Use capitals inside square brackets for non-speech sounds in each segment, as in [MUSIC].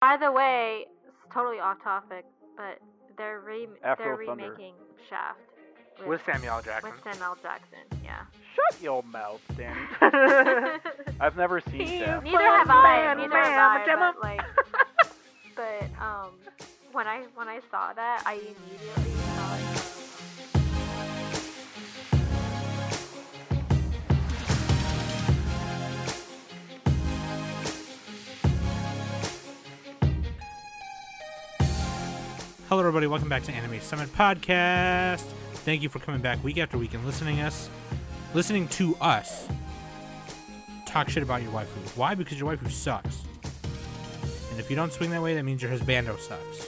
By the way, it's totally off topic, but they're re- they're Afro Thunder. remaking Shaft with Samuel L. Jackson. with Samuel Jackson. Yeah. Shut your mouth, Danny. [LAUGHS] I've never seen [LAUGHS] Shaft. neither have I. Man, Neither man, have I. Gemma. But, [LAUGHS] like, but um, when I when I saw that, I immediately saw like. Hello, everybody. Welcome back to Anime Summit Podcast. Thank you for coming back week after week and listening us, listening to us talk shit about your waifu. Why? Because your waifu sucks. And if you don't swing that way, that means your husbando sucks.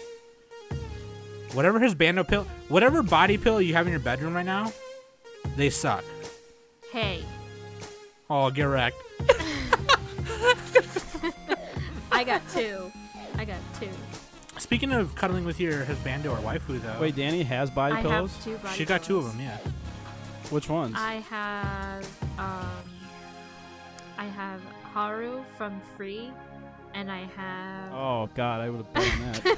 Whatever husbando pill, whatever body pill you have in your bedroom right now, they suck. Hey, Oh, get wrecked. I got two. I got two. Speaking of cuddling with your husbando or waifu, though, Wait, Danny has body I pillows? have two. Body she got two of pillows. them. Yeah. Which ones? I have um, I have Haru from Free, and I have Oh, God, I would have blown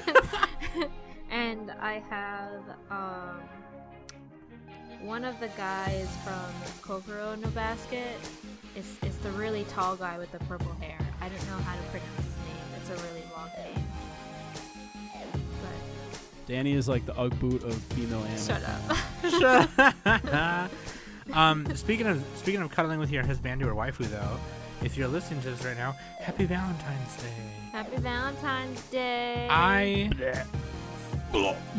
[LAUGHS] that. and I have um, one of the guys from Kokoro no Basket. It's, it's the really tall guy with the purple hair. I don't know how to pronounce his name. It's a really long name. But Danny is like the Ugg boot of female anime. shut up. [LAUGHS] [LAUGHS] um, speaking of speaking of cuddling with your husband or waifu, though, if you're listening to this right now, happy Valentine's Day. Happy Valentine's Day. I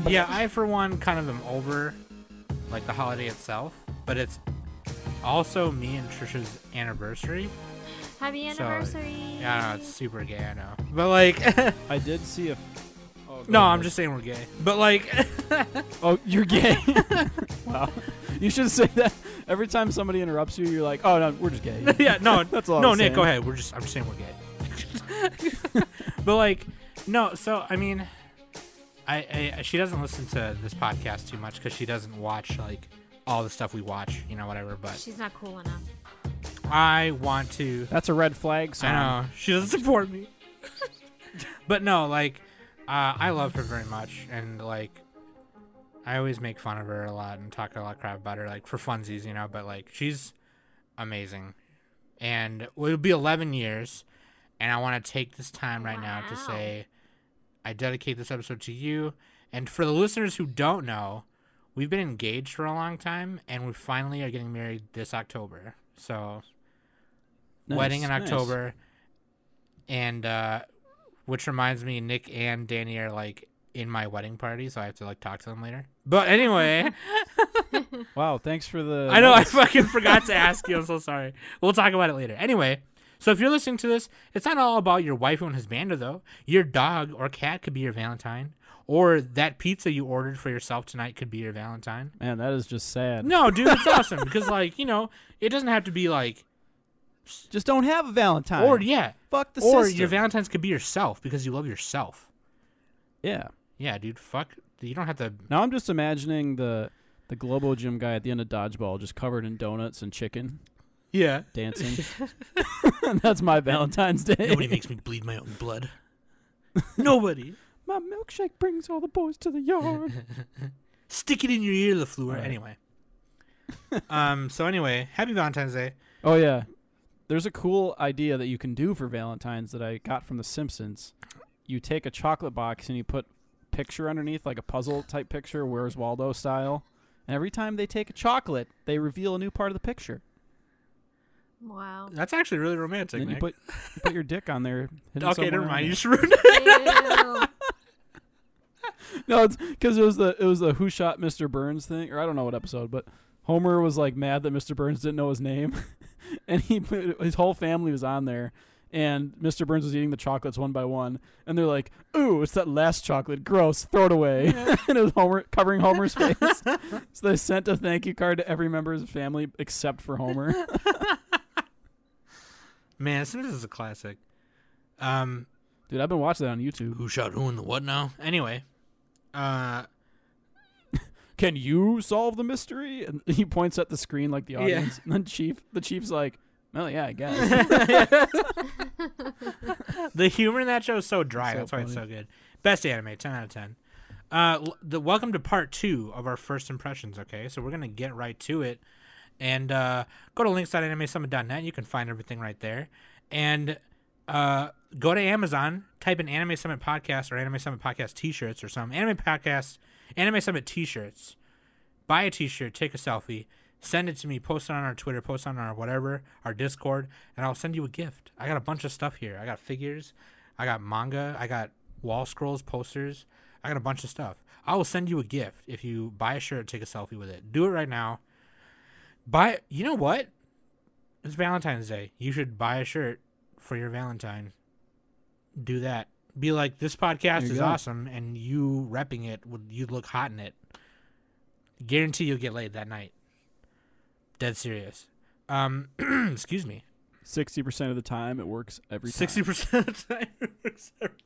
yeah, I for one kind of am over like the holiday itself, but it's also me and Trisha's anniversary. Happy so, anniversary. Yeah, I know, it's super gay, I know, but like, [LAUGHS] I did see a. Oh, go no, ahead. I'm just saying we're gay, but like, [LAUGHS] Oh, you're gay. [LAUGHS] wow. You should say that every time somebody interrupts you. You're like, oh no, we're just gay. [LAUGHS] yeah, no, That's all No, I'm Nick, go saying. ahead. We're just I'm just saying we're gay. [LAUGHS] but like, no. So I mean, I, I she doesn't listen to this podcast too much because she doesn't watch like all the stuff we watch, you know, whatever. But She's not cool enough. I want to. That's a red flag. Sign. I know she doesn't support me. [LAUGHS] but no, like, uh, I love her very much, and like, I always make fun of her a lot and talk a lot of crap about her, like for funsies, you know. But like, she's amazing, and well, it'll be 11 years, and I want to take this time right now to Wow. say, I dedicate this episode to you, and for the listeners who don't know. We've been engaged for a long time, and we finally are getting married this October. So Nice, wedding in nice. October, and uh, which reminds me, Nick and Danny are like in my wedding party, so I have to like talk to them later. [LAUGHS] But anyway, Wow. Thanks for the. I know I fucking forgot to ask you. I'm so sorry. We'll talk about it later. Anyway, so if you're listening to this, it's not all about your wife and his bander though. Your dog or cat could be your Valentine, or that pizza you ordered for yourself tonight could be your Valentine. [LAUGHS] Man, that is just sad. No, dude, [LAUGHS] it's awesome because like you know, it doesn't have to be like Just don't have a Valentine. or yeah. fuck the or system. your Valentine's could be yourself because you love yourself. yeah. Yeah, dude. Fuck. You don't have to. Now I'm just imagining the the Globo Gym guy at the end of dodgeball, just covered in donuts and chicken, Yeah. dancing. [LAUGHS] [LAUGHS] That's my Valentine's Day. Nobody makes me bleed my own [LAUGHS] blood. Nobody. my milkshake brings all the boys [LAUGHS] to the yard. Stick it in your ear, Lafleur. All right. Anyway. um. So anyway, happy Valentine's Day. Oh yeah. There's a cool idea that you can do for Valentine's that I got from The Simpsons. You take a chocolate box and you put picture underneath, like a puzzle type picture, Where's Waldo style. And every time they take a chocolate, they reveal a new part of the picture. [LAUGHS] Wow. That's actually really And romantic. then you Nick. put you put your dick on there. hidden okay, somewhere never on mind. You there. just ruined it. Ew. No, it's because it was the it was the Who Shot Mr. Burns thing, or I don't know what episode, but Homer was like mad that Mr. Burns didn't know his name, [LAUGHS] and he put- his whole family was on there, and Mr. Burns was eating the chocolates one by one, and they're like, "Ooh, it's that last chocolate, gross, throw it away," [LAUGHS] and it was Homer covering Homer's face. so they sent a thank you card to every member of his family except for Homer. Man, Simpsons is a classic. Um. Dude, I've been watching that on YouTube. Who shot who and the what now? Anyway. Uh. Can you solve the mystery? And he points at the screen like the audience, and then Chief the Chief's like. Well, yeah, I guess. the humor in that show is so dry. So That's why it's so funny. good. Best anime, ten out of ten. Uh, l- the welcome to part two of our first impressions. Okay, so we're gonna get right to it, and uh, go to links.animesummit.net. You can find everything right there, and uh, go to Amazon, type in Anime Summit podcast or Anime Summit podcast T-shirts or some anime podcast, Anime Summit T-shirts buy a t-shirt, take a selfie, send it to me, post it on our Twitter, post it on our whatever, our Discord, and I'll send you a gift. I got a bunch of stuff here. I got figures, I got manga, I got wall scrolls, posters. I got a bunch of stuff. I will send you a gift if you buy a shirt, take a selfie with it. Do it right now. Buy you know what? It's Valentine's Day. You should buy a shirt for your Valentine. Do that. Be like this podcast There you is go. awesome and you repping it would you'd look hot in it guarantee you'll get laid that night. Dead serious. Um, [CLEARS THROAT] excuse me. Sixty percent of the time, it works every time. Sixty percent [LAUGHS] of the time. it works every time.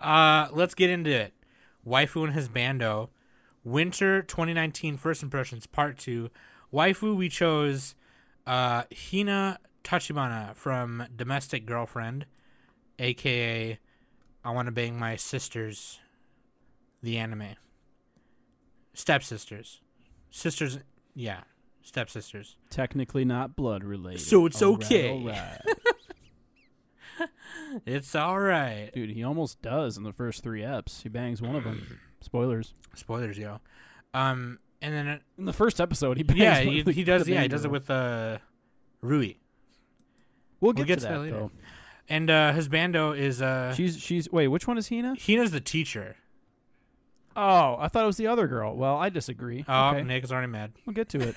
uh, let's get into it. Waifu and his bando, Winter 2019 First Impressions Part Two. Waifu we chose uh, Hina Tachibana from Domestic Girlfriend, aka I Want to Bang My Sisters, the anime. Stepsisters, sisters, yeah, stepsisters. Technically not blood related. So it's All right, okay. all right. [LAUGHS] It's all right. Dude, he almost does in the first three eps. He bangs one of [CLEARS THROAT] them. Spoilers. Spoilers, yo. Um, and then uh, In the first episode, he bangs. yeah, one he, of the- he does. the Yeah, he main does it girl. with uh, Rui, We'll get, get to, to that that, later. though. and uh, his bando is uh, She's she's wait, which one is Hina? Hina's the teacher. Oh, I thought it was the other girl. Well, I disagree. Oh, okay, Nick is already mad. we'll get to it.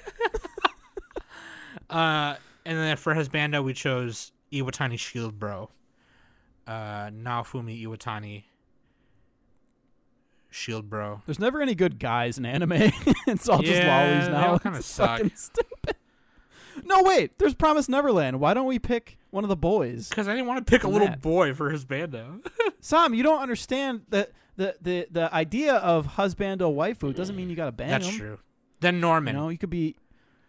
Uh, and then for his bando, we chose Iwatani Shield Bro, uh, Naofumi Iwatani Shield Bro. [LAUGHS] There's never any good guys in anime. [LAUGHS] it's all just Yeah, lollies they now. all kinda It's suck. fucking stupid. [LAUGHS] No, wait. There's Promise Neverland. Why don't we pick one of the boys? Because I didn't want to pick a And little that. boy for his bando. Sam, you don't understand that the, the, the idea of husbando waifu doesn't mean you got to bang That's him. true. Then You Norman. know, you could be,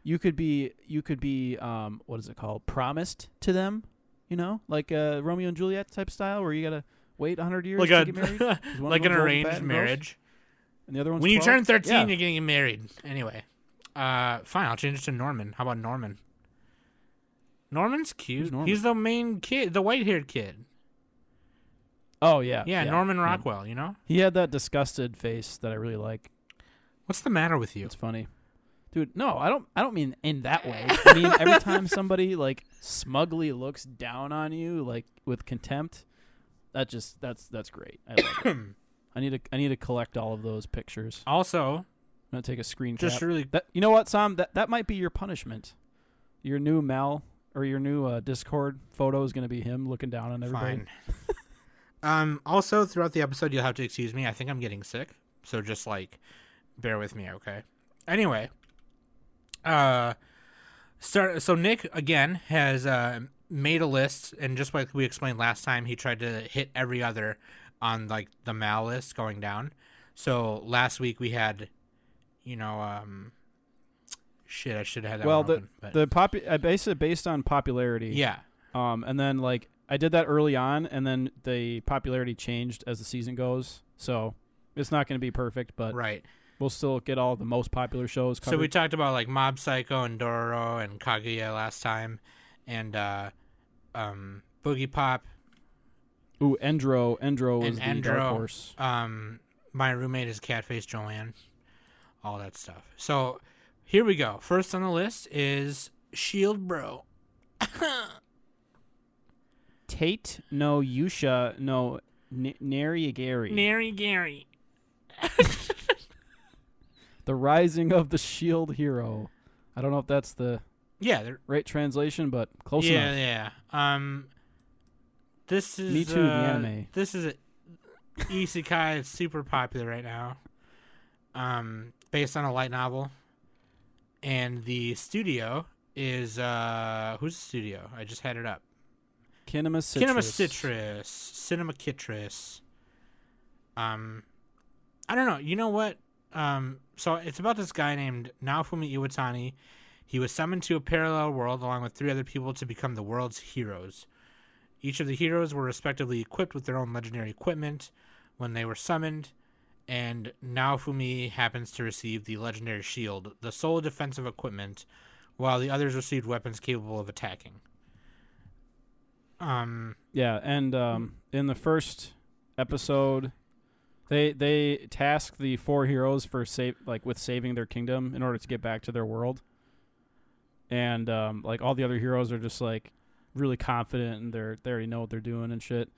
you could be, you could be, um, what is it called? Promised to them. You know, like uh, Romeo and Juliet type style, where you gotta wait hundred years like to get [LAUGHS] married. a Is one of like them an old and arranged fat and gross? marriage. And the other one's When you 12? turn 13, Yeah. you're getting married. Anyway, uh, fine, I'll change it to Norman. How about Norman? Norman's cute. Who's Norman? He's the main kid, the white haired kid. Oh yeah, Yeah, Norman Rockwell, you know? He had that disgusted face that I really like. What's the matter with you? It's funny. Dude, no, I don't I don't mean in that [LAUGHS] way. I mean every time somebody like smugly looks down on you like with contempt, that just that's that's great. I love [COUGHS] it. I need to I need to collect all of those pictures. Also, I'm gonna take a screen just cap. really. that you know what, Sam? That that might be your punishment. Your new Mal or your new uh, Discord photo is gonna be him looking down on everybody. Fine. [LAUGHS] um, also, throughout the episode, you'll have to excuse me. I think I'm getting sick. So just like bear with me, okay? Anyway, uh, start. So Nick again has uh, made a list, and just like we explained last time, he tried to hit every other on like the mal list going down. So last week we had, you know, um, shit. I should have had that. Well, one the open, but The popu- I base it based on popularity. yeah, Um, and then like I did that early on, and then the popularity changed as the season goes. So it's not going to be perfect, but right. we'll still get all the most popular shows. Covered. So we talked about like Mob Psycho and Dororo and Kaguya last time, and uh, um, Boogie Pop. Ooh, Endro, Endro was And the dark Endro. horse. Um, my roommate is Catface Joanne. All that stuff. So here we go. First on the list is Shield Bro. Tate, no Yusha, no N- Nariagari. Nary Gary. the Rising of the Shield Hero. I don't know if that's the Yeah, they're, right translation, but close yeah, enough. yeah. Um, this is Me Too, the uh, anime. This is a isekai. it's super popular right now. Um, based on a light novel, and the studio is uh, who's the studio? I just had it up. Kinema Citrus. Cinema Citrus, Cinema Citrus. Um, I don't know. You know what? Um, so it's about this guy named Naofumi Iwatani. He was summoned to a parallel world along with three other people to become the world's heroes. Each of the heroes were respectively equipped with their own legendary equipment when they were summoned, and Naofumi happens to receive the legendary shield, the sole defensive equipment, while the others received weapons capable of attacking. Um, Yeah, and um, in the first episode, they they task the four heroes for save like with saving their kingdom in order to get back to their world, and um, like all the other heroes are just like really confident and they're they already know what they're doing and shit,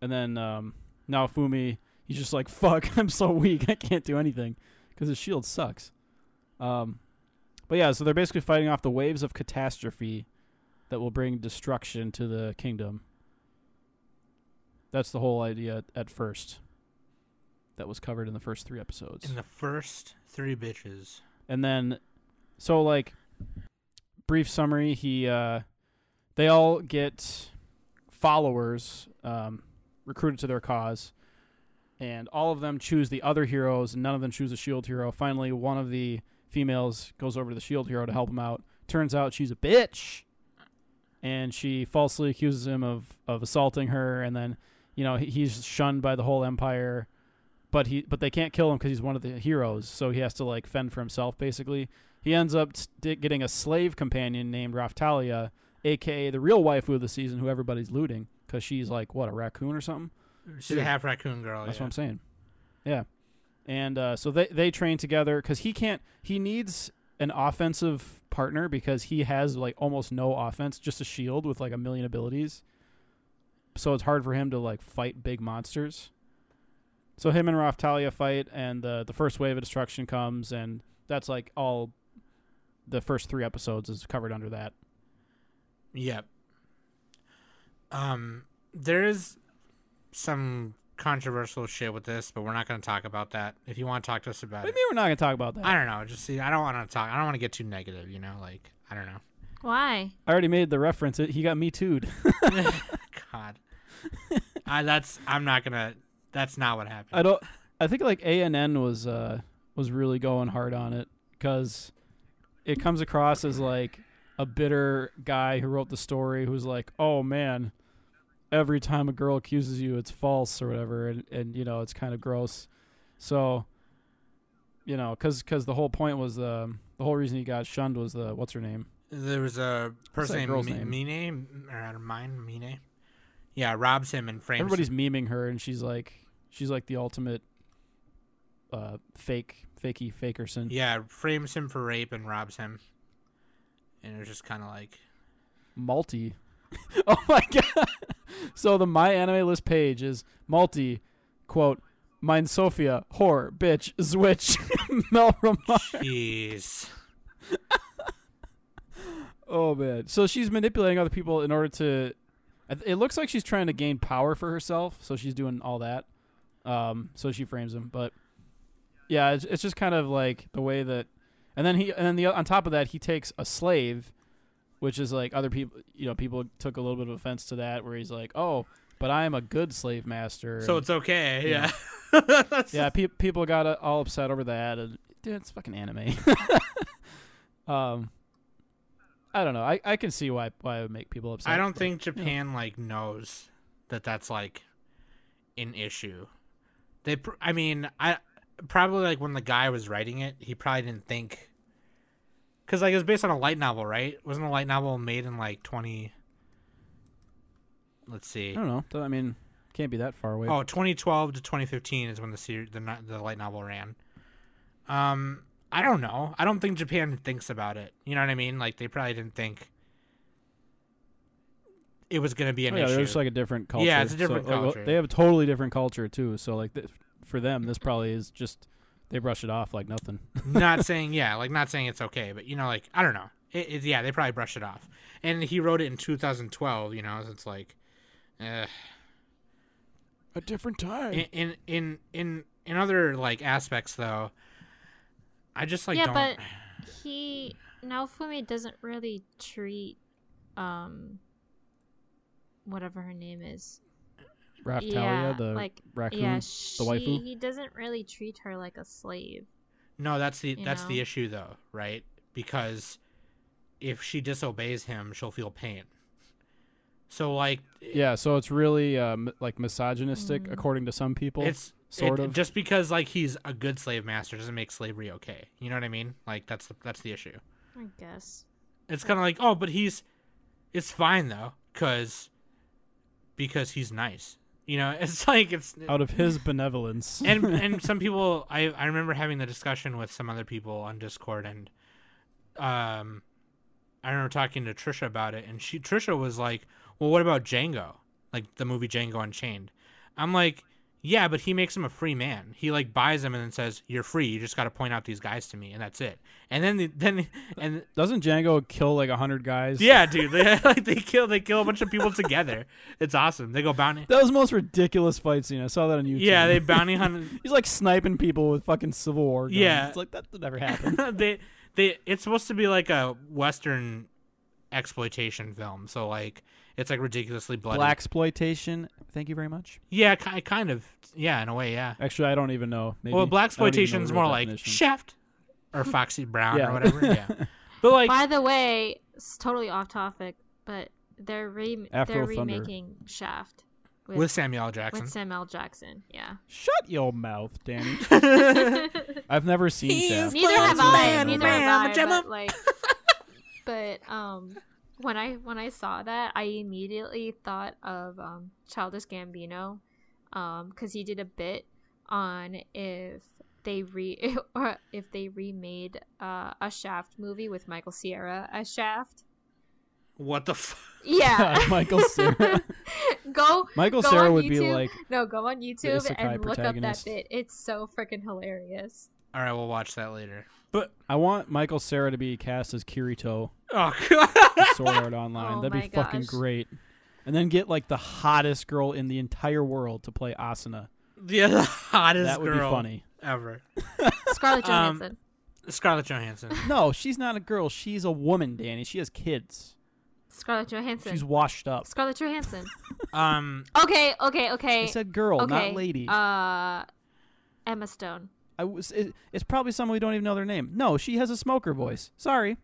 and then um, now Fumi he's just like [LAUGHS] fuck I'm so weak I can't do anything because his shield sucks, um, but yeah so they're basically fighting off the waves of catastrophe that will bring destruction to the kingdom. That's the whole idea at first. That was covered in the first three episodes. in the first three bitches, and then so like brief summary he uh they all get followers um recruited to their cause and all of them choose the other heroes and none of them choose a shield E hero finally one of the females goes over to the shield E hero to help him out turns out she's a bitch and she falsely accuses him of of assaulting her and then you know he, he's shunned by the whole empire but he but they can't kill him because he's one of the heroes, so he has to like fend for himself. Basically, he ends up s- di- getting a slave companion named Raftalia, aka the real waifu of the season, who everybody's looting because she's like what a raccoon or something. she's a half raccoon girl. That's Oh, yeah. what I'm saying. Yeah, and uh, so they they train together because he can't. He needs an offensive partner because he has like almost no offense, just a shield with like a million abilities. So it's hard for him to like fight big monsters. So him and Raftalia fight, and the the first wave of destruction comes, and that's like all. The first three episodes is covered under that. Yep. Um, there is some controversial shit with this, but we're not going to talk about that. If you want to talk to us What about do you it, mean we're not gonna talk about that? I don't know. Just see, I don't want to talk. I don't want to get too negative. You know, like I don't know. Why? I already made the reference. It, he got me too'd. [LAUGHS] God, I that's I'm not gonna. That's not what happened. I don't. I think like A and N was uh was really going hard on it because it comes across as like a bitter guy who wrote the story who's like, oh man, every time a girl accuses you, it's false or whatever, and and you know it's kind of gross. So, you know, because the whole point was the the whole reason he got shunned was the what's her name? there was a person that girl's name? named Mi- Mine or out of mine Mine. Yeah, robs him and frames. Everybody's memeing her, and she's like, she's like the ultimate uh fake fakey fakerson. yeah frames him for rape and robs him. And it was just kind [LAUGHS] of like Malty. [LAUGHS] oh my god. So the my anime list page is Malty, quote, Mine Sophia, whore, bitch, zwitch, [LAUGHS] Melramar. jeez. Oh man. So she's manipulating other people in order to I th- it looks like she's trying to gain power for herself, so she's doing all that. Um so she frames him, but yeah, it's, it's just kind of like the way that and then he and then the on top of that he takes a slave which is like other people you know people took a little bit of offense to that where he's like oh but i am a good slave master So and- it's okay. Yeah. Yeah. [LAUGHS] yeah pe- people got uh, all upset over that and dude it's fucking anime [LAUGHS] um i don't know i, I can see why why it would make people upset I don't think but, you know. Japan like knows that that's like an issue. They, pr- I mean, I probably like when the guy was writing it, he probably didn't think because like it was based on a light novel, right? Wasn't a light novel made in like twenty? Let's see. i don't know Though, i mean can't be that far away Oh, 2012 to 2015 is when the series, the, no- the light novel ran. Um, I don't know. I don't think Japan thinks about it. You know what I mean? Like they probably didn't think it was going to be an Oh, yeah, issue. there's like a different culture. Yeah, it's So, a different like, well, culture. they have a totally different culture too. So like, th- for them, this probably is just they brush it off like nothing. [LAUGHS] not saying yeah, like not saying it's okay, but you know, like I don't know. It, it, yeah, they probably brushed it off. And he wrote it in 2012. You know, so it's like, uh, a different in time. in in in, in other like aspects though. I just like yeah, don't. but he Naofumi doesn't really treat um whatever her name is. Raftalia, yeah, the like raccoon. yeah, she, waifu? he doesn't really treat her like a slave. No, that's the you that's know? the issue though, right? Because if she disobeys him, she'll feel pain. So like Yeah, so it's really um, like misogynistic, Mm. according to some people. it's sort it- of. just because like he's a good slave master doesn't make slavery okay. You know what I mean? Like that's the that's the issue. I guess. It's kind of like oh, but he's it's fine though cuz because he's nice. You know, [LAUGHS] it's like it's out of his benevolence. and and some people I I remember having the discussion with some other people on Discord and um I remember talking to Trisha about it and she Trisha was like, "Well, what about Django? Like the movie Django Unchained." I'm like, "Yeah, but he makes him a free man. He like buys him and then says, "You're free. You just got to point out these guys to me." And that's it. And then the, then and Doesn't Django kill like a hundred guys? yeah, dude, [LAUGHS] they like they kill they kill a bunch of people together. It's awesome. They go bounty That was the most ridiculous fight scene. I saw that on YouTube. Yeah, they bounty hunt [LAUGHS] He's like sniping people with fucking Civil War guns. Yeah. It's like that never happened. they they it's supposed to be like a western exploitation film so like it's like ridiculously [LAUGHS] bloody Black exploitation. Thank you very much. yeah ki- kind of yeah in a way yeah Actually, I don't even know. Maybe. well black I don't even know exploitation's the more real like definition. shaft [LAUGHS] or foxy brown Yeah. or whatever yeah [LAUGHS] but like By the way, it's totally off topic, but they're re- Afro they're Thunder. remaking Shaft with with samuel L. jackson with Sam L. Jackson. [LAUGHS] Yeah. [LAUGHS] Shut your mouth, Danny. I've never seen Shaft. Neither have I. man, Neither [LAUGHS] man, have I. Gemma. But like, [LAUGHS] but um, when I when I saw that, I immediately thought of um, Childish Gambino, um, because he did a bit on if they re [LAUGHS] or if they remade uh, a Shaft movie with Michael Sierra as Shaft. what the f- Yeah, God, Uh, [LAUGHS] [LAUGHS] Michael Cera. go. Michael go Sarah on would YouTube. be like, no, go on YouTube isekai and look up that protagonist. bit. It's so freaking hilarious. all right we'll watch that later but I want Michael Sarah to be cast as Kirito oh god [LAUGHS] in Sword Art [LAUGHS] Online. Oh That'd my be fucking gosh. great. And then get like the hottest girl in the entire world to play Asuna. yeah the hottest that would girl be funny. ever Scarlett Um, Johansson. scarlett johansson [LAUGHS] No, she's not a girl. She's a woman, Danny. She has kids. Scarlett Johansson. She's washed up. Scarlett Johansson. um okay, okay, okay. I said girl, okay. not lady. Uh, Emma Stone. I was. It, it's probably someone we don't even know their name. No, she has a smoker voice. Sorry,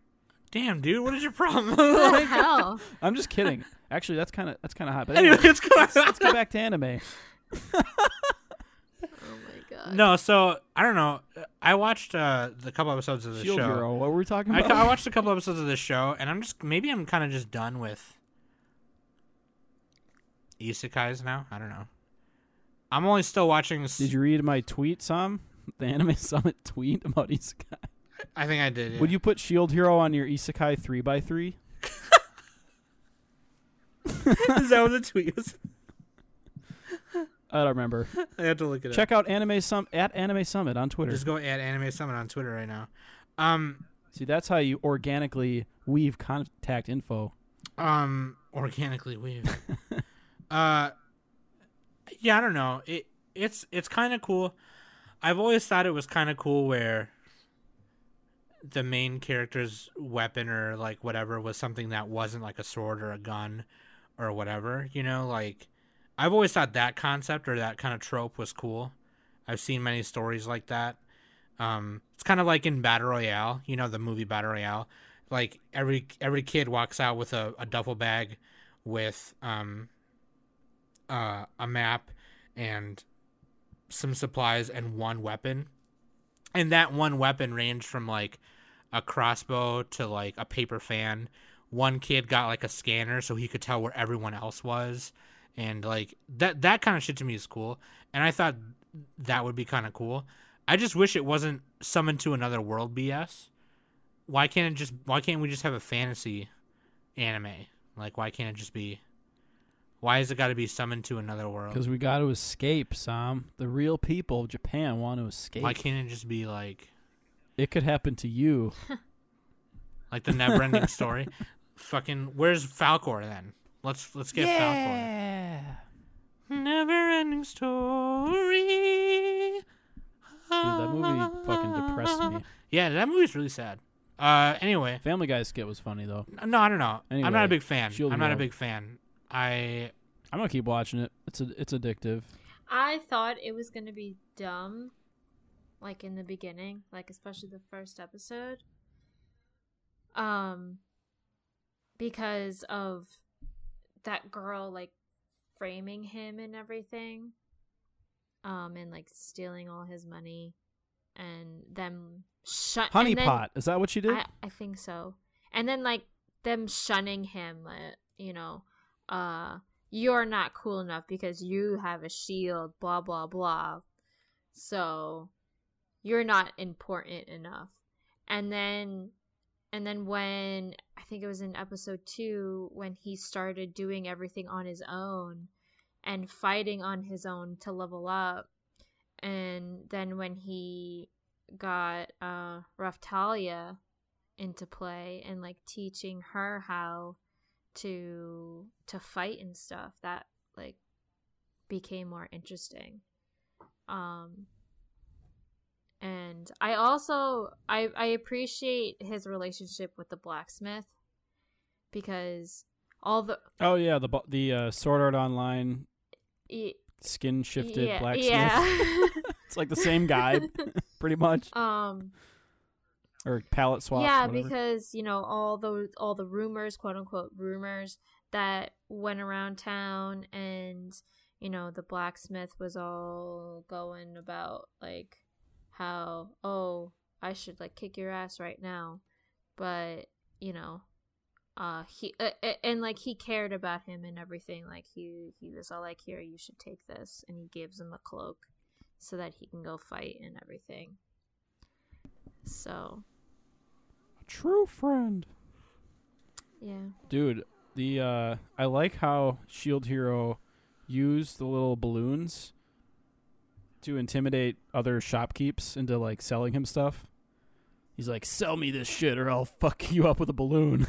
damn dude what is your problem [LAUGHS] What [LAUGHS] the Like, hell? I'm just kidding. Actually, that's kind of that's kind of hot. But anyway anyway, let's go [LAUGHS] let's go back to anime. Oh my god. No, so I don't know. I watched uh, the couple episodes of the Shield show. Bureau. What were we talking I, about? I watched a couple episodes of the show, and I'm just maybe I'm kind of just done with isekais now. I don't know. I'm only still watching. s- Did you read my tweet, Sam? The Anime [LAUGHS] Summit tweet about isekai. I think I did. yeah. Would you put Shield Hero on your isekai three by three? [LAUGHS] Is that what the tweet was? [LAUGHS] I don't remember. I have to look it up. Check out Anime Sum at Anime Summit on Twitter. Just go at Anime Summit on Twitter right now. Um, See, that's how you organically weave contact info. um, organically weave. [LAUGHS] uh, yeah, I don't know. It it's it's kind of cool. I've always thought it was kind of cool where the main character's weapon or like whatever was something that wasn't like a sword or a gun or whatever, you know, like I've always thought that concept or that kind of trope was cool. I've seen many stories like that. Um, it's kind of like in Battle Royale, you know, the movie Battle Royale. Like every every kid walks out with a, a duffel bag with um uh, a map and some supplies and one weapon. And that one weapon ranged from like a crossbow to like a paper fan. One kid got like a scanner so he could tell where everyone else was. And like that that kind of shit to me is cool. And I thought that would be kind of cool. I just wish it wasn't summoned to another world BS. Why can't it just why can't we just have a fantasy anime? Like why can't it just be why has it got to be summoned to another world? Because we got to escape, Sam. The real people of Japan want to escape. Why can't it just be like it could happen to you. like the never ending story? [LAUGHS] Fucking where's Falcor then? Let's let's get Falcor. Never ending story. Dude, that movie fucking depressed [LAUGHS] me. [LAUGHS] Yeah, that movie's really sad. Uh anyway. Family Guy skit was funny though. No, I don't know. I'm not Anyway, a big fan. Shield I'm not a Hero. big fan. I I'm gonna keep watching it. It's a, it's addictive. [LAUGHS] I thought it was gonna be dumb, like in the beginning, like especially the first episode. Um, because of that girl like framing him and everything um and like stealing all his money and them shut and then- Honeypot. Is that what she did? I, I think so. And then like them shunning him, uh, you know, uh, you're not cool enough because you have a shield, blah blah blah. So you're not important enough. And then and then when I think it was in episode 2 when he started doing everything on his own and fighting on his own to level up. And then when he got uh Raftalia into play and like teaching her how to to fight and stuff that like became more interesting um and i also i i appreciate his relationship with the blacksmith because all the oh yeah, the bu- the uh, Sword Art Online y- skin shifted yeah, blacksmith. yeah. [LAUGHS] it's like the same guy, pretty much, [LAUGHS] um or palette swap. yeah, whatever. because you know all those all the rumors, quote unquote rumors that went around town, and you know the blacksmith was all going about like how oh I should like kick your ass right now, but you know uh he uh, uh, and like he cared about him and everything like he he was all like here you should take this and he gives him a cloak so that he can go fight and everything so a true friend. yeah Dude, the uh I like how Shield Hero used the little balloons to intimidate other shopkeeps into like selling him stuff. He's like, "Sell me this shit or I'll fuck [LAUGHS] you up with a balloon."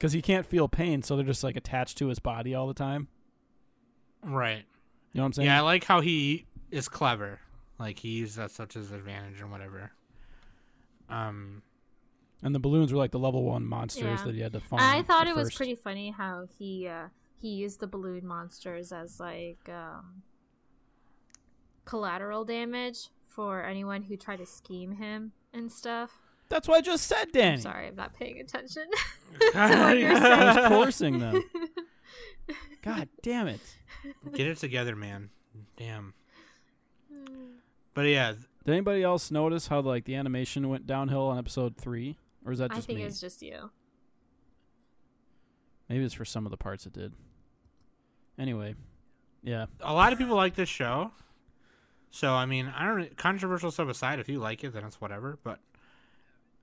Cuz he can't feel pain, so they're just like attached to his body all the time. Right. You know what I'm saying? Yeah, I like how he is clever. Like he used that stuff to his advantage and whatever. [LAUGHS] Um, And the balloons were like the level 1 monsters Yeah. that he had to farm. I thought at it was first. pretty funny how he uh, he used the balloon monsters as like um, collateral damage for anyone who tried to scheme him and stuff. That's what I just said, Danny. Sorry, I'm not paying attention. what [LAUGHS] you're I saying. was coursing them. [LAUGHS] God damn it. Get it together, man. Damn. But yeah, th- Did anybody else notice how like the animation went downhill on episode three, or is [LAUGHS] that I just think me? it's just you. Maybe it's for some of the parts it did. Anyway, yeah, a lot of people like this show. So I mean, I don't controversial stuff aside. If you like it, then it's whatever. But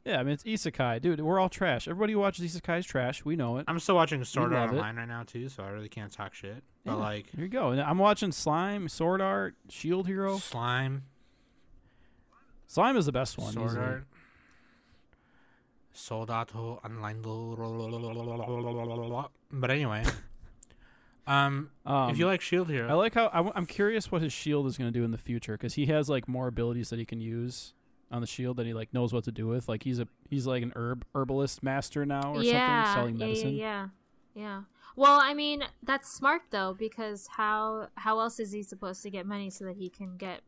yeah. I mean, it's isekai, dude. We're all trash. Everybody who watches isekai is trash. We know it. I'm still watching Sword Art love it. Online right now too, so I really can't talk shit. But Yeah, like here you go. And I'm watching Slime, Sword Art, Shield Hero. Slime, Slime is the best one. Sword easily. Art, Soldato Online. But anyway, um, Um, if you like Shield Hero, I like how I, am curious what his shield is going to do in the future because he has like more abilities that he can use on the shield that he like knows what to do with. Like he's a he's like an herb herbalist master now Oh, or something, selling yeah, yeah, medicine. Yeah, yeah, Well, I mean, that's smart though, because how how else is he supposed to get money so that he can get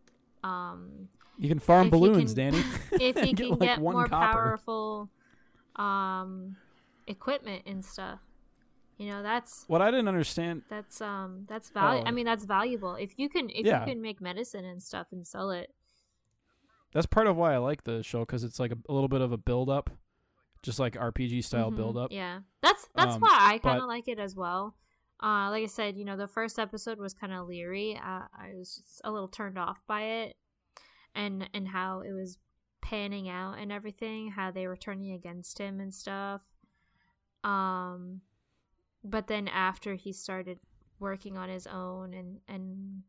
um You can If farm he balloons, can- Danny. [LAUGHS] if he [LAUGHS] And can get more powerful um equipment and stuff. You know, that's What I didn't understand, that's um that's valuable. Oh. I mean, that's valuable. If you can if Yeah. you can make medicine and stuff and sell it. that's part of why I like the show because it's like a, a little bit of a build up, just like RPG style Mhm, build up. Yeah. That's that's Um, why I kind but- of like it as well. Uh, like I said, you know, the first episode was kind of leery. Uh, I was just a little turned off by it, and and how it was panning out and everything, how they were turning against him and stuff. Um, but then after he started working on his own and and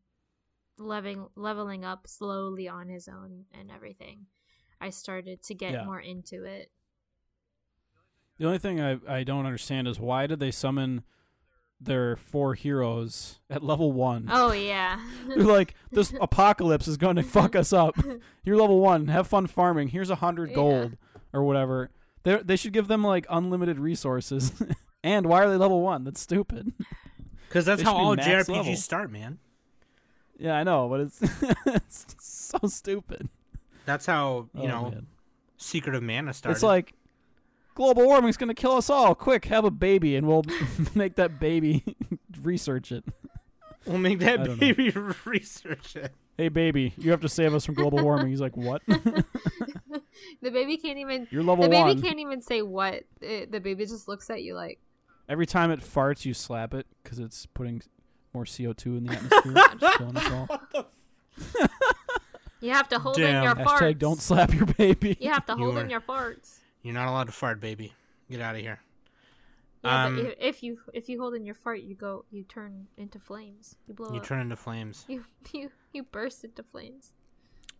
leveling leveling up slowly on his own and everything, I started to get Yeah. more into [LAUGHS] it. The only thing I I don't understand is why did they summon their four heroes at level one? Oh yeah. [LAUGHS] They're like, this [LAUGHS] apocalypse is going to fuck us up. You're level one. Have fun farming. Here's a hundred Yeah. gold or whatever. They they should give them like unlimited resources. [LAUGHS] and why are they level one? That's stupid. because that's They how should be all JRPGs max level. start, man. Yeah, I know, but it's, [LAUGHS] it's so stupid. That's how you Oh, know man. Secret of Mana started. it's like global warming's gonna kill us all. Quick, have a baby, and we'll [LAUGHS] make that baby [LAUGHS] research it. We'll make I that don't know. baby [LAUGHS] research it. Hey, baby, you have to save us from global warming. He's like, [LAUGHS] what? The baby can't even. You're level The baby one. can't even say what. It, the baby just looks at you like. Every time it farts, you slap it because it's putting more CO two [LAUGHS] in the atmosphere. It's killing us all. You have to hold Damn. in your farts. Hashtag don't slap your baby. You [LAUGHS] have to You hold are- in your farts. You're not allowed to fart, baby. Get out of here. Yeah, Um, but if, if you if you hold in your fart, you go you turn into flames. You blow You up. turn into flames. you [LAUGHS] you you burst into flames.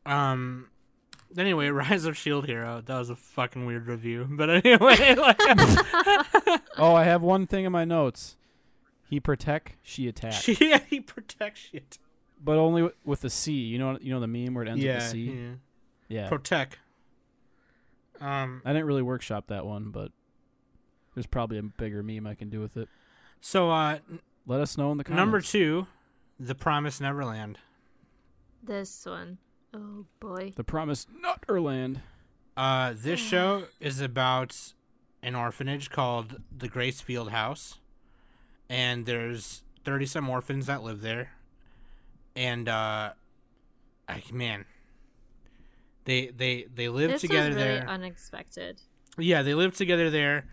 Um. Anyway, [LAUGHS] Rise of Shield E Hero. That was a fucking weird review. [LAUGHS] But anyway, like, Oh, I have one thing in my notes. He protect, she attack, she, yeah, he protects shit. but only w- with the C. You know, you know the meme where it ends with a C. yeah. Yeah. Protect. Um. I didn't really workshop that one, but there's probably a bigger meme I can do with it. So, uh, n- Let us know in the comments. number two, The Promised Neverland. This one. Oh boy. the promised Nutterland. Uh, this Hmm. show is about an orphanage called the Grace Field House, and there's thirty some orphans that live there, and uh, I, man, they they they live This was together really there. unexpected. yeah, they live together there,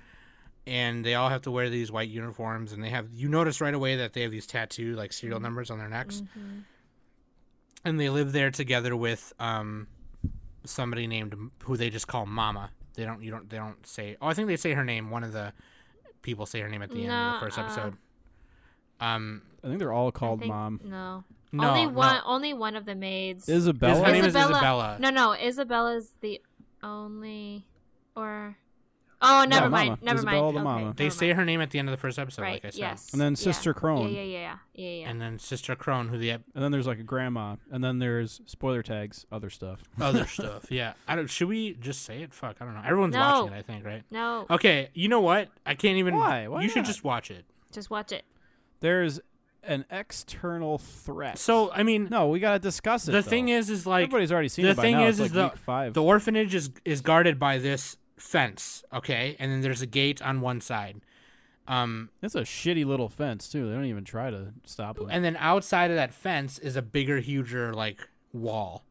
and they all have to wear these white uniforms, and they have you notice right away that they have these tattoo like serial Mm-hmm. numbers on their necks, and they live there together with um somebody named M- who they just call Mama. They don't you don't they don't say oh I think they say her name. One of the people say her name at the end of the first Nuh-uh. episode. Um, I think they're all called think- mom. No. no, only one. no. Only one of the maids. His, Isabella. her name is Isabella. No, no. Isabella's the only. Or. Oh, never mind. mama. Never Isabella mind. the okay, mama. They never say mind. her name at the end of the first episode, Right. like I said. yes. And then yeah. Sister Crone. Yeah, yeah, yeah, yeah, yeah. yeah. And then Sister Crone, who the ep- and then there's like a grandma. And then there's spoiler tags, other stuff. other stuff. Yeah, I don't. Should we just say it? Fuck, I don't know. Everyone's No. watching it, I think, right? no, Okay, you know what? I can't even. Why? Why you should not? just watch it. just watch it. [LAUGHS] There's an external threat. So I mean, no, we gotta discuss it. the thing is, is like everybody's already seen the it by thing now. is, it's is like the week five. the orphanage is is guarded by this fence, okay, and then there's a gate on one side. Um, it's a shitty little fence too. They don't even try to stop them. and then outside of that fence is a bigger, huger like wall,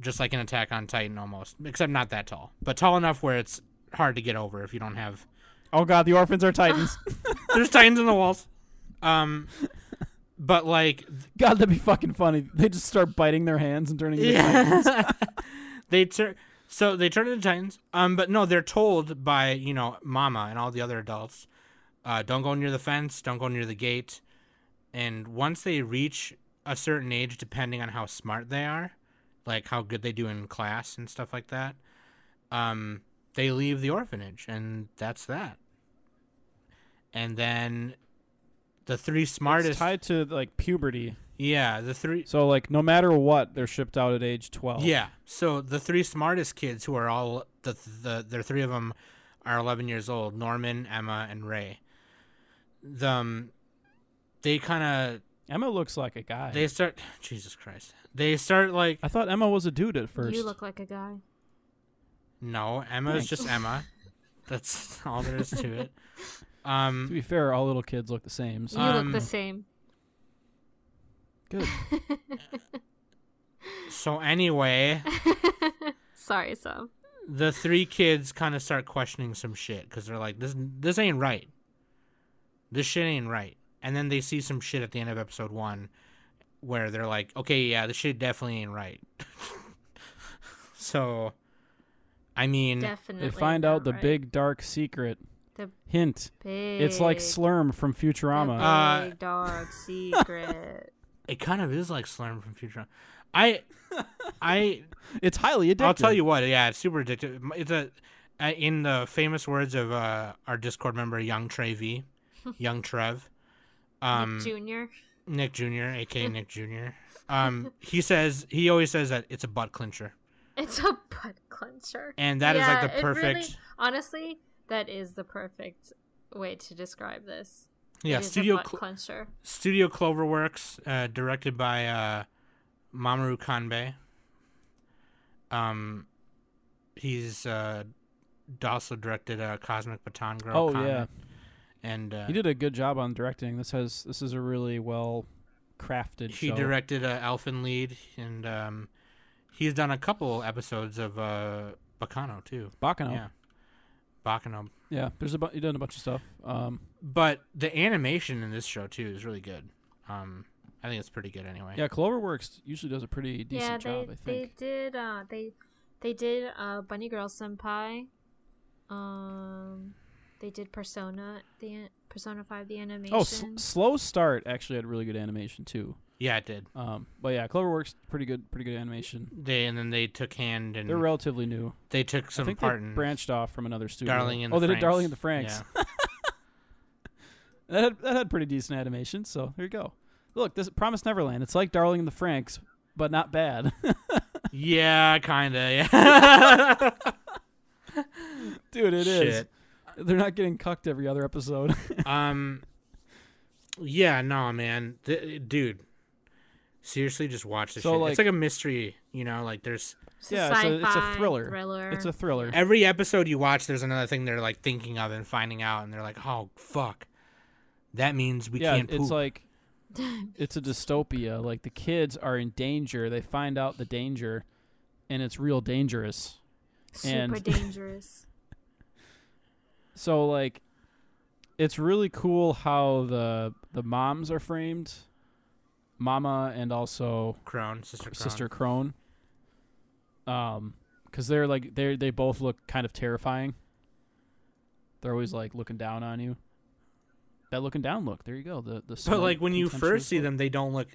just like an Attack on Titan almost, except not that tall, but tall enough where it's hard to get over if you don't have oh god, the orphans are titans. There's titans in the walls. Um, but like, [LAUGHS] god, that'd be fucking funny. They just start biting their hands and [LAUGHS] turning. into titans. they turn. So they turn into titans. Um, but no, they're told by you know Mama and all the other adults, uh, don't go near the fence, don't go near the gate. And once they reach a certain age, depending on how smart they are, like how good they do in class and stuff like that, um, they leave the orphanage, and that's that. And then, the three It's smartest. tied to like puberty. Yeah, the three. So like no matter what, they're shipped out at age twelve. Yeah. So the three smartest kids who are all the the there are three of them are 11 years old, Norman, Emma, and Ray. The, um, they kind Emma looks like a guy. of they start Jesus Christ. They start like I thought Emma was a dude at first. You look like a guy. no, Emma is Thanks. just Emma. That's [LAUGHS] all there is to [LAUGHS] it. to Um be fair, all little kids look the same. You So Um, look the same. good. so anyway, Sorry, Sam. the three kids kind of start questioning some shit because they're like, "This this ain't right. This shit ain't right." And then they see some shit at the end of episode one, where they're like, "Okay, yeah, this shit definitely ain't right." [LAUGHS] so, I mean, Definitely. They find not out the right. big dark secret. The Hint. Big, It's like Slurm from the Futurama. Uh, big [LAUGHS] dog secret. it kind of is like Slurm from Futurama. I, I, it's highly addictive. I'll tell you what. Yeah, it's super addictive. M- It's a, uh, in the famous words of uh, our Discord member, Young Trey V, Young Trev. Um, Junior. Nick Jr., [LAUGHS] aka Nick Jr. Um, he says he always says that it's a butt clincher, It's a butt clencher. and that is Yeah, like the it really- perfect. honestly, that is the perfect way to describe this. yeah, It is a Studio butt Cl- clencher. Studio Cloverworks, uh, directed by uh, Mamoru Kanbe. Um, he's uh, also directed uh, Cosmic Baton Girl. Oh, Comet, yeah. and uh, He did a good job on directing. This has this is a really well crafted He show. directed uh, Elfin Lead, and um, he's done a couple episodes of uh, Bacano too. Bacano. Yeah, Bacano. Yeah, there's a bu- he done a bunch of stuff. Um, But the animation in this show too is really good. Um, I think it's pretty good anyway. yeah, Cloverworks usually does a pretty decent yeah, they job. I they think. did uh they they did uh Bunny Girl Senpai. Um they did Persona the an- Persona 5 the animation. Oh, sl- slow start actually had really good animation too. Yeah, it did. Um, but yeah, Cloverworks pretty good, pretty good animation. They and then they took hand and They're relatively new. they took I some think part they in branched off from another studio. Darling in oh, the they did Darling in Franks. the Franks. [LAUGHS] Yeah. That had that had pretty decent animation. So here you go. Look, this Promise Neverland. It's like Darling in the Franks, but not bad. [LAUGHS] yeah, kinda. Yeah. Dude, [LAUGHS] it is. Shit. They're not getting cucked every other episode. [LAUGHS] Um. Yeah, no, man, Th- dude. Seriously, just watch this. So, shit. like- it's like a mystery, you know. Like there's It's yeah, it's a- it's a thriller. thriller. it's a thriller. every episode you watch, there's another thing they're like thinking of and finding out, and they're like, oh fuck, that means we yeah, can't. it's poop. like it's a dystopia. Like the kids are in danger. They find out the danger, and it's real dangerous. super and- [LAUGHS] dangerous. So like, it's really cool how the the moms are framed, Mama and also Crone, sister, Crone. Sister Crone. Um, because they're like they they both look kind of terrifying. They're always like looking down on you. That looking down look. There you go. The the. But like when you first see them. them, they don't look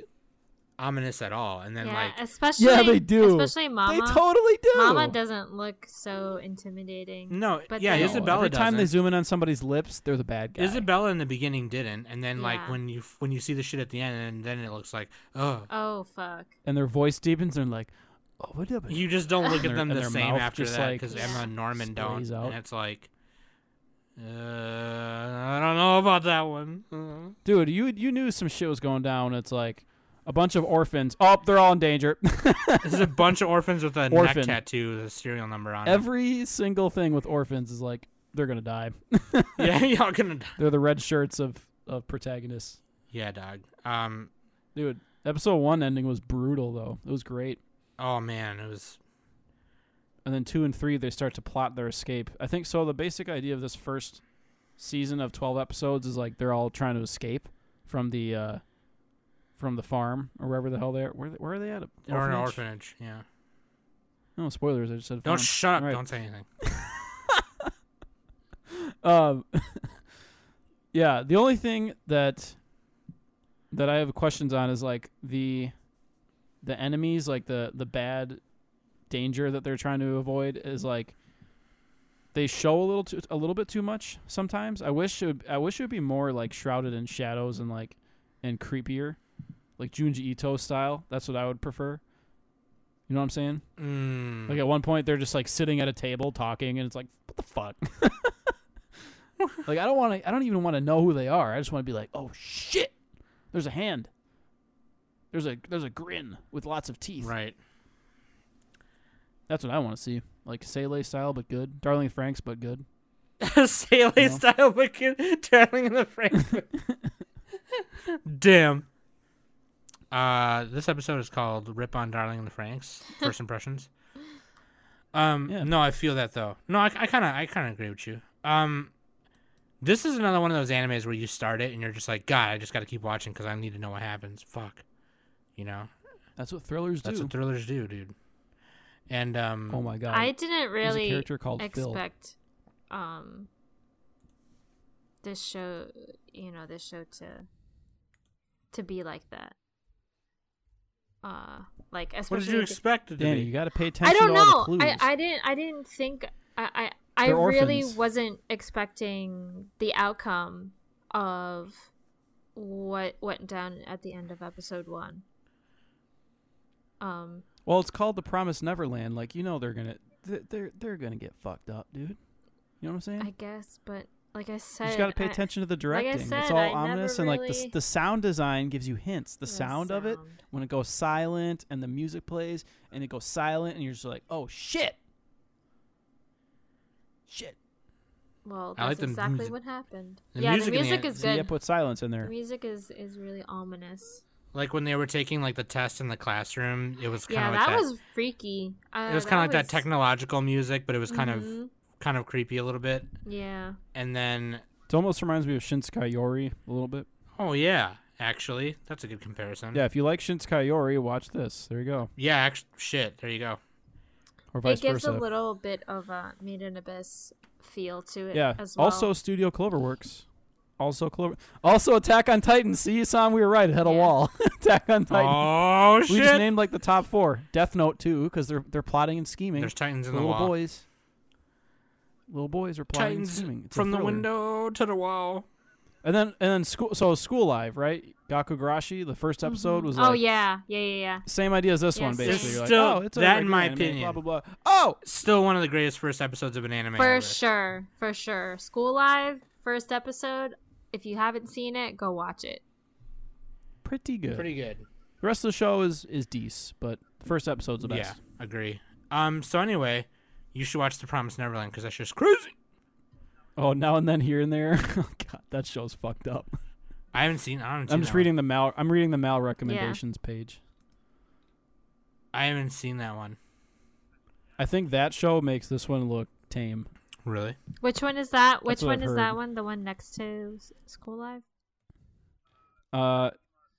ominous at all, and then yeah, like especially they do. Especially Mama. They totally do. Mm. Mama doesn't look so intimidating. no, But yeah, they- No, Isabella Every time doesn't. they zoom in on somebody's lips, they're the bad guy. Isabella in the beginning didn't, and then like Yeah. when you when you see the shit at the end, and then it looks like oh, Oh fuck. and their voice deepens. And they're like, "Oh, what up?" you just don't look And their- at them and the their same mouth after just, that like, because Emma and Norman sprays don't, out. and it's like, uh, I don't know about that one. Uh. Dude, you you knew some shit was going down. It's like a bunch of orphans. Oh, they're all in danger. [LAUGHS] There's a bunch of orphans with a Orphan. neck tattoo, with a serial number on Every single thing with orphans is like they're gonna die. it. [LAUGHS] Yeah, y'all gonna die. They're the red shirts of of protagonists. Yeah, dog. Um, Dude, episode one ending was brutal though. It was great. oh man, it was and then two and three they start to plot their escape. I think so. The basic idea of this first season of twelve episodes is like they're all trying to escape from the uh, from the farm or wherever the hell they are. Where, where are they at? they were in an Orphanage? orphanage. Yeah. No spoilers. I just said farm. Don't shut up. All right. Don't say anything. um, [LAUGHS] yeah. The only thing that that I have questions on is like the the enemies, like the the bad danger that they're trying to avoid is like they show a little too, a little bit too much sometimes. I wish it would, I wish it would be more like shrouded in shadows and like and creepier, like Junji Ito style. That's what I would prefer. You know what I'm saying? Mm. Like at one point, they're just like sitting at a table talking, and it's like, what the fuck? [LAUGHS] like I don't want to. I don't even want to know who they are. I just want to be like, oh shit, there's a hand. There's a there's a grin with lots of teeth. [LAUGHS] right. That's what I want to see. Like Sele style, but good. Darling Franks, but good. Sailing You know? style wicked turning in the frame. [LAUGHS] Damn. Uh, this episode is called "Rip on Darling and the Franks." [LAUGHS] First impressions. Um, Yeah. no, I feel that though. No, I, I kind of, I kind of agree with you. Um, this is another one of those animes where you start it and you're just like, God, I just got to keep watching because I need to know what happens. Fuck, you know, That's what thrillers that's do. what thrillers do, dude. And um, oh my god. I didn't There's really a character called Phil. expect um this show you know this show to to be like that uh like what especially did you the- expect it to Danny, be? you got to pay attention. i don't to all know The I, clues. I didn't i didn't think i i, I They're really orphans. wasn't expecting the outcome of what went down at the end of episode one um Well, it's called the Promised Neverland. Like you know, they're gonna th- they're they're gonna get fucked up, dude. You know what I'm saying? i guess but like i said You just got to pay I- attention to the like I directing. it's said, all I ominous never and like the, really- s- the sound design gives you hints. The The sound, of it sound. when it goes silent and the music plays and it goes silent and you're just like, "Oh shit." Shit. Well, I like that's the exactly music- what happened. the yeah, music the in the music end- is See, I good. put silence in the there. music is is really ominous. Like when they were taking like the test in the classroom, it was kind Yeah, of that, like that. was freaky. Uh, it was kind of like that was- technological music, but it was kind of Mhm. kind of creepy a little bit. Yeah. And then, It almost reminds me of Shinsuke Yori a little bit. Mm-hmm. oh yeah, actually, that's a good comparison. Yeah, if you like Shinsuke Yori, watch this. There you go. Yeah, act- shit. There you go. Or vice it gives versa. a little bit of a Made in Abyss feel to it yeah. as well. Also, Studio Cloverworks. Also, Clover. Also, Attack on Titan. See, Sam, we were right. It had a wall. [LAUGHS] Attack on Titan. Oh we just shit! named like the top four. Death Note too, because they're they're plotting and scheming. There's titans in the little wall. boys. Little boys are plotting and Titans scheming. It's a from the thriller. window to the wall. And then and then school. So school live, right? Gakugarashi. The first episode was. oh like, yeah, yeah, yeah, yeah. Same idea as this Yes, one, yes. basically. You're like, Still- oh, it's a that, in regular my anime, opinion. Blah blah blah. Oh, Still one of the greatest first episodes of an anime. For ever. sure, for sure. School Live first episode. If you haven't seen it, go watch it. pretty good. Pretty good. The rest of the show is is decent, but the first episode's the best. Yeah, agree. Um. So anyway, you should watch The Promised Neverland because that's just crazy. Oh, now and then here and there. [LAUGHS] oh god, that show's fucked up. I haven't seen. I haven't seen I'm just that one. reading the mal. I'm reading the mal recommendations page. I haven't seen that one. I think that show makes this one look tame. Really? Which one is that? Which what one I've is that heard. one? The one next to S- School [LAUGHS] Live? Uh,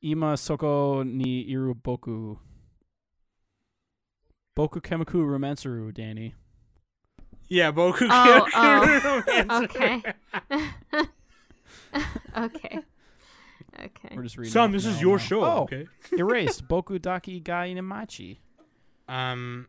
Ima Soko ni Iru Boku. Boku Kemaku Romanceru, Danny. Yeah, Boku. Oh, [LAUGHS] Hero Romancer. Okay. [LAUGHS] okay. [LAUGHS] Okay. We're just reading. Son, off this is now, your now. show. Oh, Okay. [LAUGHS] erased Boku Daki Gai Namachi. Um.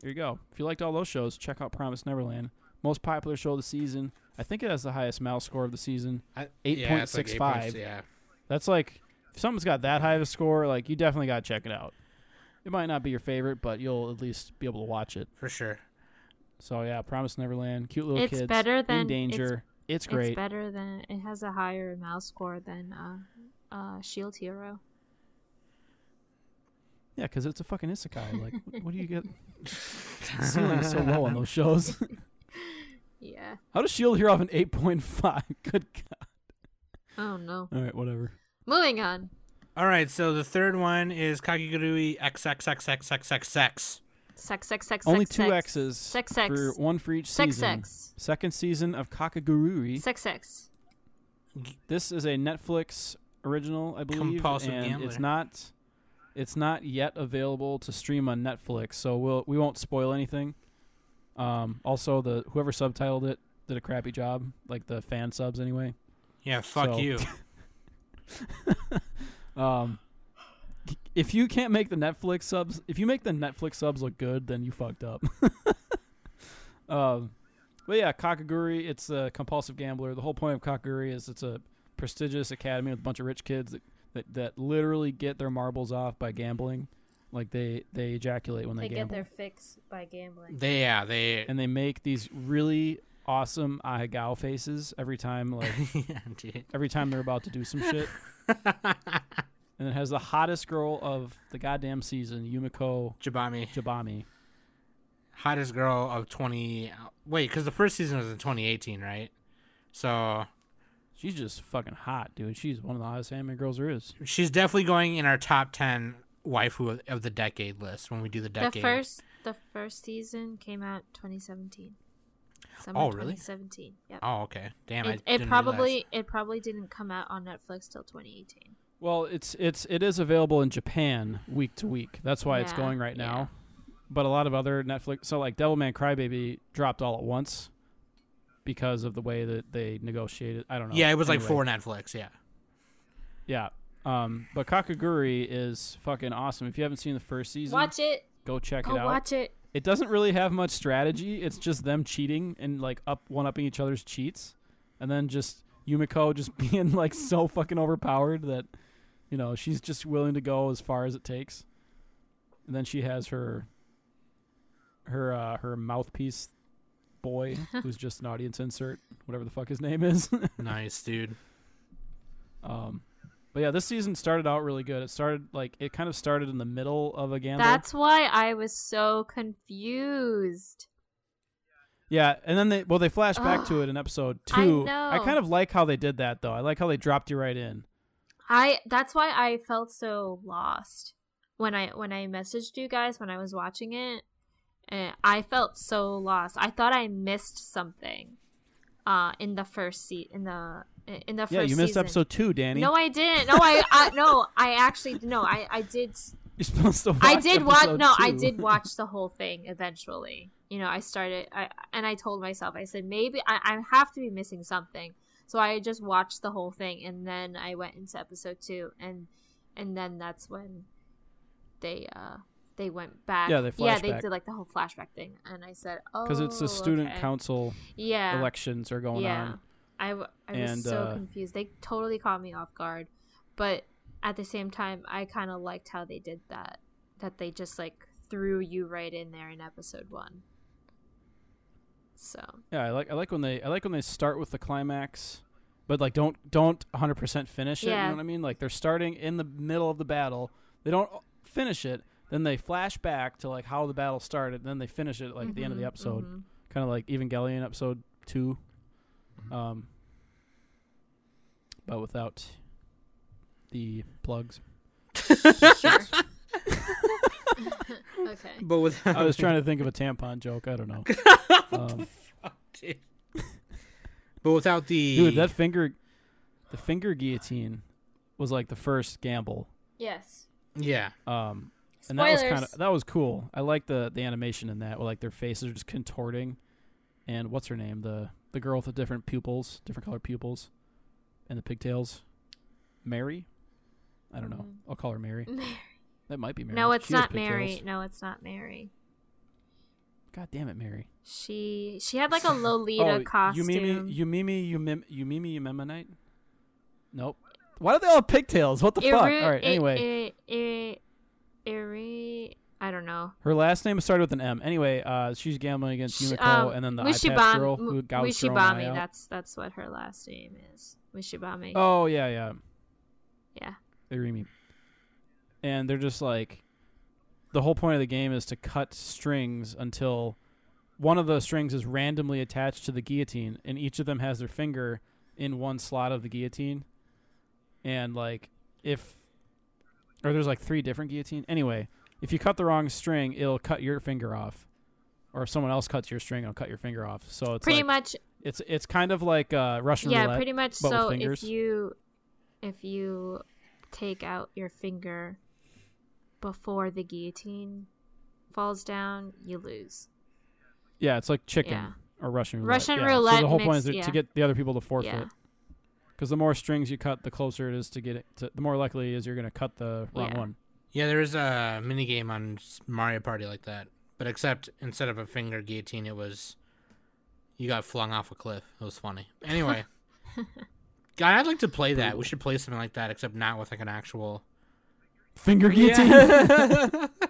There you go. If you liked all those shows, check out Promise Neverland. Most popular show of the season. I think it has the highest mal score of the season. I- Eight yeah, point it's like six eight points- five. Yeah. That's like if someone's got that high of a score, like you definitely gotta check it out. It might not be your favorite, but you'll at least be able to watch it. For sure. So yeah, Promise Neverland, cute little It's kids better in than- danger. It's, It's great. better than it has a higher mouse score than uh, uh, Shield Hero. yeah, because it's a fucking isekai. Like, what- what do you get? The ceiling's so low on those shows. [LAUGHS] Yeah. How does Shield here off an eight point five? [LAUGHS] Good God. Oh no. All right, whatever. Moving on. All right. So the third one is Kakigurui XXXXXXX. Sex, sex, sex, Only sex, two sex. X's. Sex, sex. For one for each Sex, season. sex. Second season of Kakagurui. Sex, sex. This is a Netflix original, I believe, Compulsive and gambler. it's not it's not yet available to stream on Netflix, so we'll we won't spoil anything. Um, also, the whoever subtitled it did a crappy job, like the fan subs anyway. Yeah. Fuck So- you. Um, if you can't make the Netflix subs, if you make the Netflix subs look good, then you fucked up. [LAUGHS] um, but yeah, Kakaguri, it's a compulsive gambler. The whole point of Kakaguri is it's a prestigious academy with a bunch of rich kids that, that, that literally get their marbles off by gambling. Like they, they ejaculate when they, They get gamble. their fix by gambling. [LAUGHS] They. Yeah. They. and they make these really awesome ahagao faces every time like [LAUGHS] yeah, dude. every time they're about to do some [LAUGHS] shit. and it has the hottest girl of the goddamn season, Yumiko Jabami, Jabami. hottest girl of 20. Wait, because the first season was in 2018, right? So She's just fucking hot, dude. She's one of the hottest anime girls there is. she's definitely going in our top 10 waifu of- of the decade list when we do the The decade. first, the first season came out 2017. Summer Oh, really? 2017. Yep. Oh, okay. Damn, it I it didn't probably realize. it probably didn't come out on Netflix till 2018. Well, it's it's it is available in Japan week to week. That's why it's Yeah, going right yeah. now. But a lot of other Netflix, so like Devilman Crybaby dropped all at once because of the way that they negotiated. I don't know. Yeah, it was like Anyway. four Netflix. [LAUGHS] Yeah. Yeah. Um, but Kakaguri is fucking awesome. If you haven't seen the first season, Watch it. go check Go it out. watch it. It doesn't really have much strategy. It's just them cheating and like up one upping each other's cheats, and then just Yumiko just [LAUGHS] being like so fucking overpowered that you know she's just willing to go as far as it takes. And then she has her her uh, her mouthpiece boy who's just an audience insert, whatever the fuck his name is. [LAUGHS] nice, dude. um, but yeah, this season started out really good. It started like it kind of started in the middle of a gamble. That's why I was so confused. Yeah, and then they well they flash [GASPS] back to it in episode two. know. kind of like how they did that though. I like how they dropped you right in. I that's why I felt so lost when I when I messaged you guys when I was watching it. Uh, I felt so lost. I thought I missed something uh in the first seat in the in the first yeah, you missed season. episode two, Danny. [LAUGHS] No, I didn't. No, I, I no, I actually no, I I did You're supposed to. Watch I did watch episode no, I two. [LAUGHS] did watch the whole thing eventually. You know, I started I and I told myself I said maybe I, I have to be missing something. So I just watched the whole thing and then I went into episode 2 and and then that's when they uh they went back. Yeah, they yeah, they flashback. did like the whole flashback thing and I said, "Oh, because it's the student okay." council Yeah. elections are going yeah. on. I, w- I And, was so uh, confused. They totally caught me off guard, but at the same time, I kind of liked how they did that. That they just like threw you right in there in episode one. So Yeah, I like I like when they I like when they start with the climax, but like don't don't 100 percent finish it. You Yeah. know what I mean? Like they're starting in the middle of the battle, they don't finish it, then they flash back to like how the battle started, then they finish it like at the end of the mhm, episode, mhm. kind of like Evangelion episode two, um, but without the plugs. okay. But with I was trying to think of a tampon joke. I don't know. Um, [LAUGHS] Oh, but without the dude, that finger, the finger guillotine, was like the first gamble. Yes. yeah Um, [LAUGHS] and that Spoilers. was kind of that was cool. I like the the animation in that, where like their faces are just contorting, and what's her name, the the girl with the different pupils, different colored pupils, and the pigtails, Mary. I don't know. Mm. I'll call her [LAUGHS] Mary. That might be [LAUGHS] Mary. no, it's She has not Mary. pigtails. No, it's not Mary. God damn it, Mary. Oh, She she had [LAUGHS] like a Lolita costume. Yumimi, Yumimi, Yumim, Yumimi, Yumiminite? Nope. Why do they all have pigtails? What the fuck? Iru- All right, I- anyway. I- I- Iri- I don't know. her last name started with an M. Anyway, uh, she's gambling against Sh- Yumiko um, and then the iPad Mushibam- girl Mu- who got was throwing an eye Mushibami. out. That's that's what her last name is. Mushibami. Oh, yeah, yeah. Yeah. Irimi. And they're just like, the whole point of the game is to cut strings until one of those strings is randomly attached to the guillotine, and each of them has their finger in one slot of the guillotine. And like, if or there's like three different guillotine. Anyway, if you cut the wrong string, it'll cut your finger off, or if someone else cuts your string, it'll cut your finger off. So it's pretty like, much. it's it's kind of like uh, Russian Yeah, roulette. pretty much. but with So if fingers. you if you take out your finger before the guillotine falls down, you lose. Yeah, it's like chicken Yeah. or Russian roulette. Russian yeah. So roulette the whole point mixed- is to- yeah. to get the other people to forfeit. Yeah. Because the more strings you cut, the closer it is to get it. To, the more likely it is you're going to cut the wrong Yeah. one. yeah there's a mini game on s- Mario Party like that but except instead of a finger guillotine it was you got flung off a cliff it was funny [LAUGHS] anyway God I'd like to play that we should play something like that except not with like an actual Finger guillotine. [LAUGHS]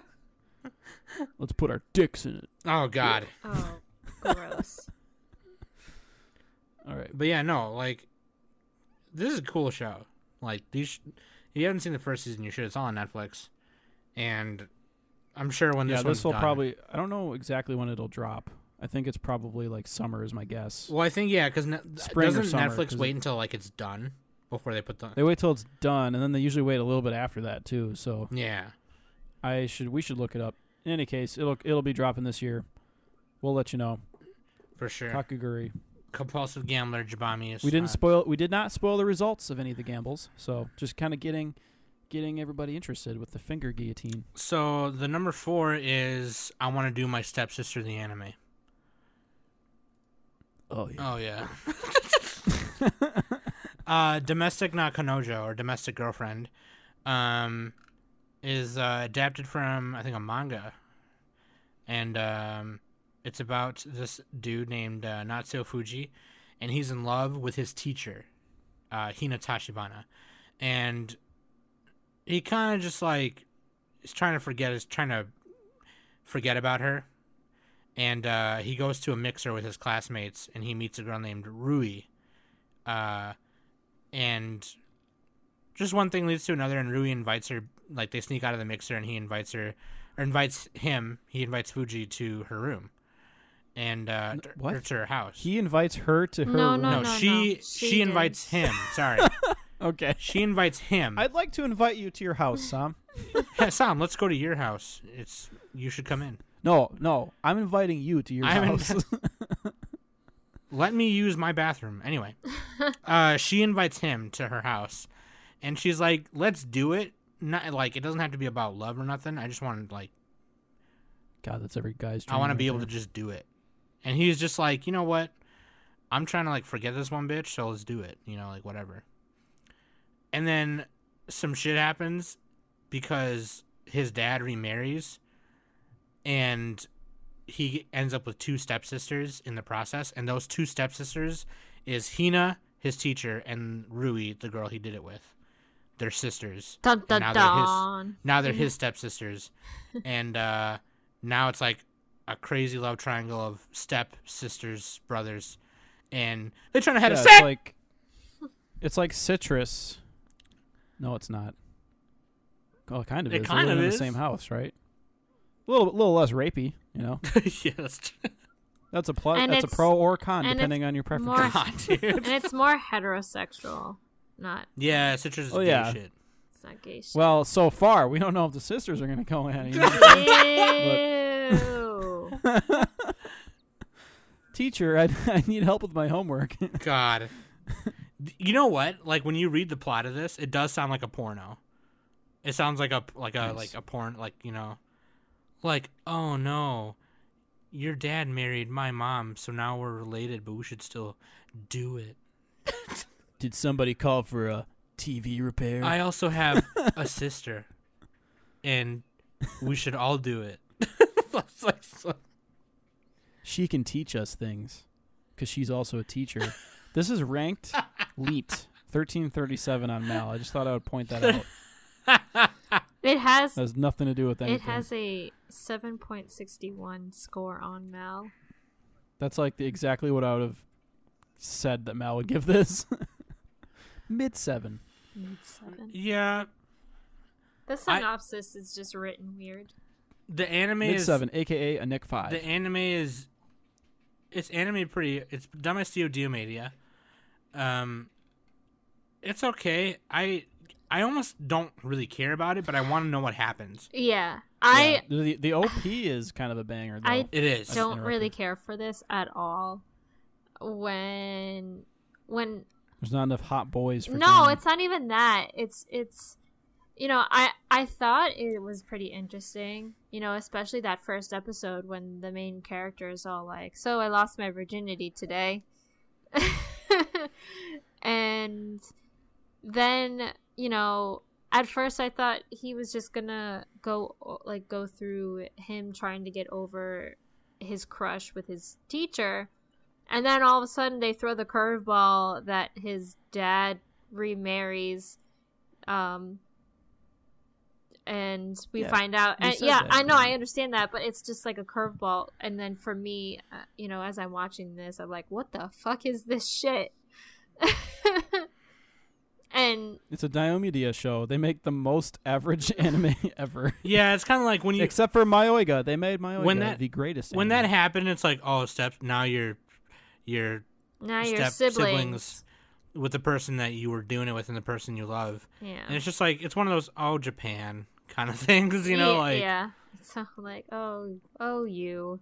Yeah. Let's put our dicks in it. [LAUGHS] oh God Oh, [LAUGHS] gross. All right. But yeah, no, like this is a cool show. Like these, sh- if you haven't seen the first season, you should. It's all on Netflix, and I'm sure when this yeah, this one's will done- probably. I don't know exactly when it'll drop. I think it's probably like summer is my guess. Well, I think yeah, because ne- Spring or doesn't summer, Netflix 'cause wait it- until like it's done before they put the They wait till it's done, and then they usually wait a little bit after that too. So yeah. I should we should look it up. In any case, it'll it'll be dropping this year. We'll let you know. For sure, Kakuguri. compulsive gambler Jabami is. We didn't not- spoil. We did not spoil the results of any of the gambles. So just kind of getting, getting everybody interested with the finger guillotine. so the number four is I want to do my stepsister the anime. Oh Oh yeah. [LAUGHS] uh, domestic Nakanojo or domestic girlfriend, um, is uh, adapted from I think a manga, and um, it's about this dude named uh, Natsuo Fuji, and he's in love with his teacher, uh, Hina Tashibana, and he kind of just like is trying to forget is trying to forget about her and uh, he goes to a mixer with his classmates and he meets a girl named Rui. Uh, and just one thing leads to another, and Rui invites her, like, they sneak out of the mixer and he invites her, or invites him, he invites Fuji to her room. and uh, N- t- what? it's her house. He invites her to her No, room. no, no, no, she she she, did. invites him. [LAUGHS] Sorry, Okay. she invites him. I'd like to invite you to your house, Sam. Sam, let's go to your house. It's you should come in. No, no, I'm inviting you to your I'm in- house. [LAUGHS] Let me use my bathroom. Anyway, uh, she invites him to her house, and she's like, "Let's do it." Not like it doesn't have to be about love or nothing. I just want to like God, that's every guy's dream. I want to right be able there. to just do it. And he's just like, you know what? I'm trying to like forget this one bitch, so let's do it. You know, like whatever. And then some shit happens because his dad remarries and he ends up with two stepsisters in the process. And those two stepsisters is Hina, his teacher, and Rui, the girl he did it with. They're sisters Dun dun Now they're his- dun. now they're his stepsisters and uh now it's like a crazy love triangle of step sisters brothers and they're trying to have Yeah, a it's sex like it's like citrus. No, it's not. Well, it kind of It is. kind They're living of in the is. same house, right? A little, little less rapey, you know. [LAUGHS] yeah, that's true. That's a plus. And that's a it's- pro or con, and it's depending on your more- [LAUGHS] preferences. God, dude. and it's more heterosexual, not yeah citrus is Oh, gay yeah. shit it's not gay. shit. [LAUGHS] Well, [LAUGHS] so far we don't know if the sisters are gonna go in. you know? Ew. [LAUGHS] [LAUGHS] Teacher, I, [LAUGHS] I need help with my homework. [LAUGHS] god you know what like when you read the plot of this it does sound like a porno it sounds like a like a Nice. like a porn like you know like oh no your dad married my mom so now we're related but we should still do it Did somebody call for a TV repair? [LAUGHS] I also have a sister, and we should all do it. [LAUGHS] It's like so- she can teach us things because she's also a teacher. this is ranked leet. 1337 on Mal. I just thought I would point that out. It has That has nothing to do with anything. it has a 7.61 score on Mal. That's like the, exactly what I would have said that Mal would give this. [LAUGHS] Mid seven. Seven. yeah, The synopsis is just written weird. the anime Mid is seven, aka a Nick five. the anime is it's anime pretty. It's done by Studio Media. Um, it's okay. I I almost don't really care about it, but I want to know what happens. Yeah, I Yeah. the the OP [SIGHS] is kind of a banger though. I It is. That's don't interrupted. really care for this at all. When when There's not enough hot boys for no Dan. it's not even that it's it's you know i i thought it was pretty interesting you know especially that first episode when the main character is all like so i lost my virginity today [LAUGHS] and then you know at first i thought he was just gonna go like go through him trying to get over his crush with his teacher and then all of a sudden they throw the curveball that his dad remarries um and we Yeah, find out you and said yeah that, i know i yeah. understand that but it's just like a curveball and then for me uh, you know as i'm watching this i'm like what the fuck is this shit [LAUGHS] and It's a Diomedia show. They make the most [LAUGHS] [LAUGHS] average anime ever. [LAUGHS] Yeah, it's kind of like when you Except for Mayoiga. They made Mayoiga When that- the greatest when that anime. happened, it's like oh, steps. Now you're you're now your step siblings, with the person that you were doing it with and the person you love. And yeah it's just like it's one of those oh Japan [LAUGHS] kind of things, you know, yeah, like yeah [LAUGHS] so like oh oh you you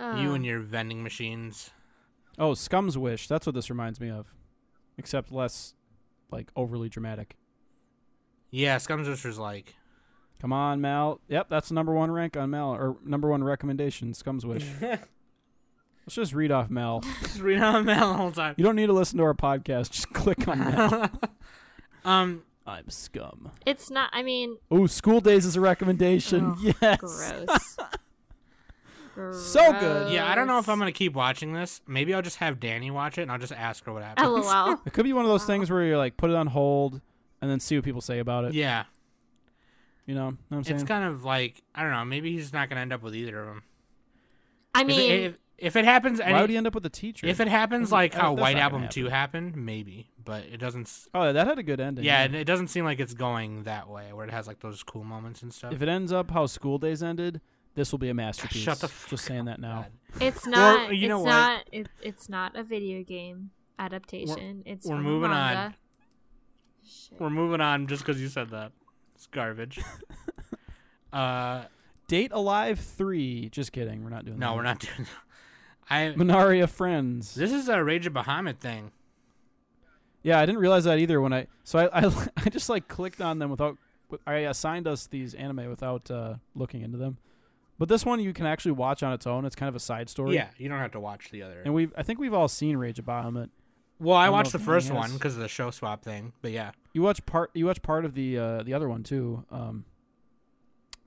Oh. and your vending machines. Oh, Scum's Wish. That's what this reminds me of. Except less, like, overly dramatic. Yeah, Scum's Wish [LAUGHS] was like Come on, Mal. Yep, that's the number one rank on Mal, or number one recommendation, Scum's Wish. Let's just read off Mal. just read on the whole time. You don't need to listen to our podcast. Just click [LAUGHS] on Mal. [LAUGHS] um, I'm Scum. it's not i [LAUGHS] mean Oh, School Days is a recommendation. Oh, yes. gross. So good. yeah, I don't know if I'm gonna keep watching this. Maybe I'll just have Danny watch it and I'll just ask her what happened. [LAUGHS] Gross. [LAUGHS] LOL. It could be one of those Wow. things where you're like, put it on hold and then see what people say about it. Yeah, You know, know what I'm saying? it's kind of like I don't know. Maybe he's not gonna end up with either of them. I mean, if, it, if, if it happens, Why would any, you end up with a teacher? if it happens Doesn't- like that- how that's White not gonna Album Two happened, maybe, but it doesn't. s- oh, that had a good ending. Yeah, and it doesn't seem like it's going that way, where it has like those cool moments and stuff. If it ends up how school days ended, This will be a masterpiece. Ah, Shut the fuck Just saying that now. God. It's not. you it's know what? not. It, it's not a video game adaptation. it's we're from a moving on. manga. Shit. We're moving on just because you said that. [LAUGHS] It's garbage. uh, Date Alive 3. Just kidding. We're not doing no, that. we're not doing. That. I Minaria Friends. this is a Rage of Bahamut thing. Yeah, I didn't realize that either when I so I [LAUGHS] I, I just like clicked on them without with- I assigned us these anime without uh, looking into them. But this one you can actually watch on its own. It's kind of a side story. Yeah, you don't have to watch the other. And we I think we've all seen Rage of Bahamut. Well, I don't know watched if the anyone first has. one because of the show swap thing, but yeah, You watch part you watch part of the uh, the other one too. Um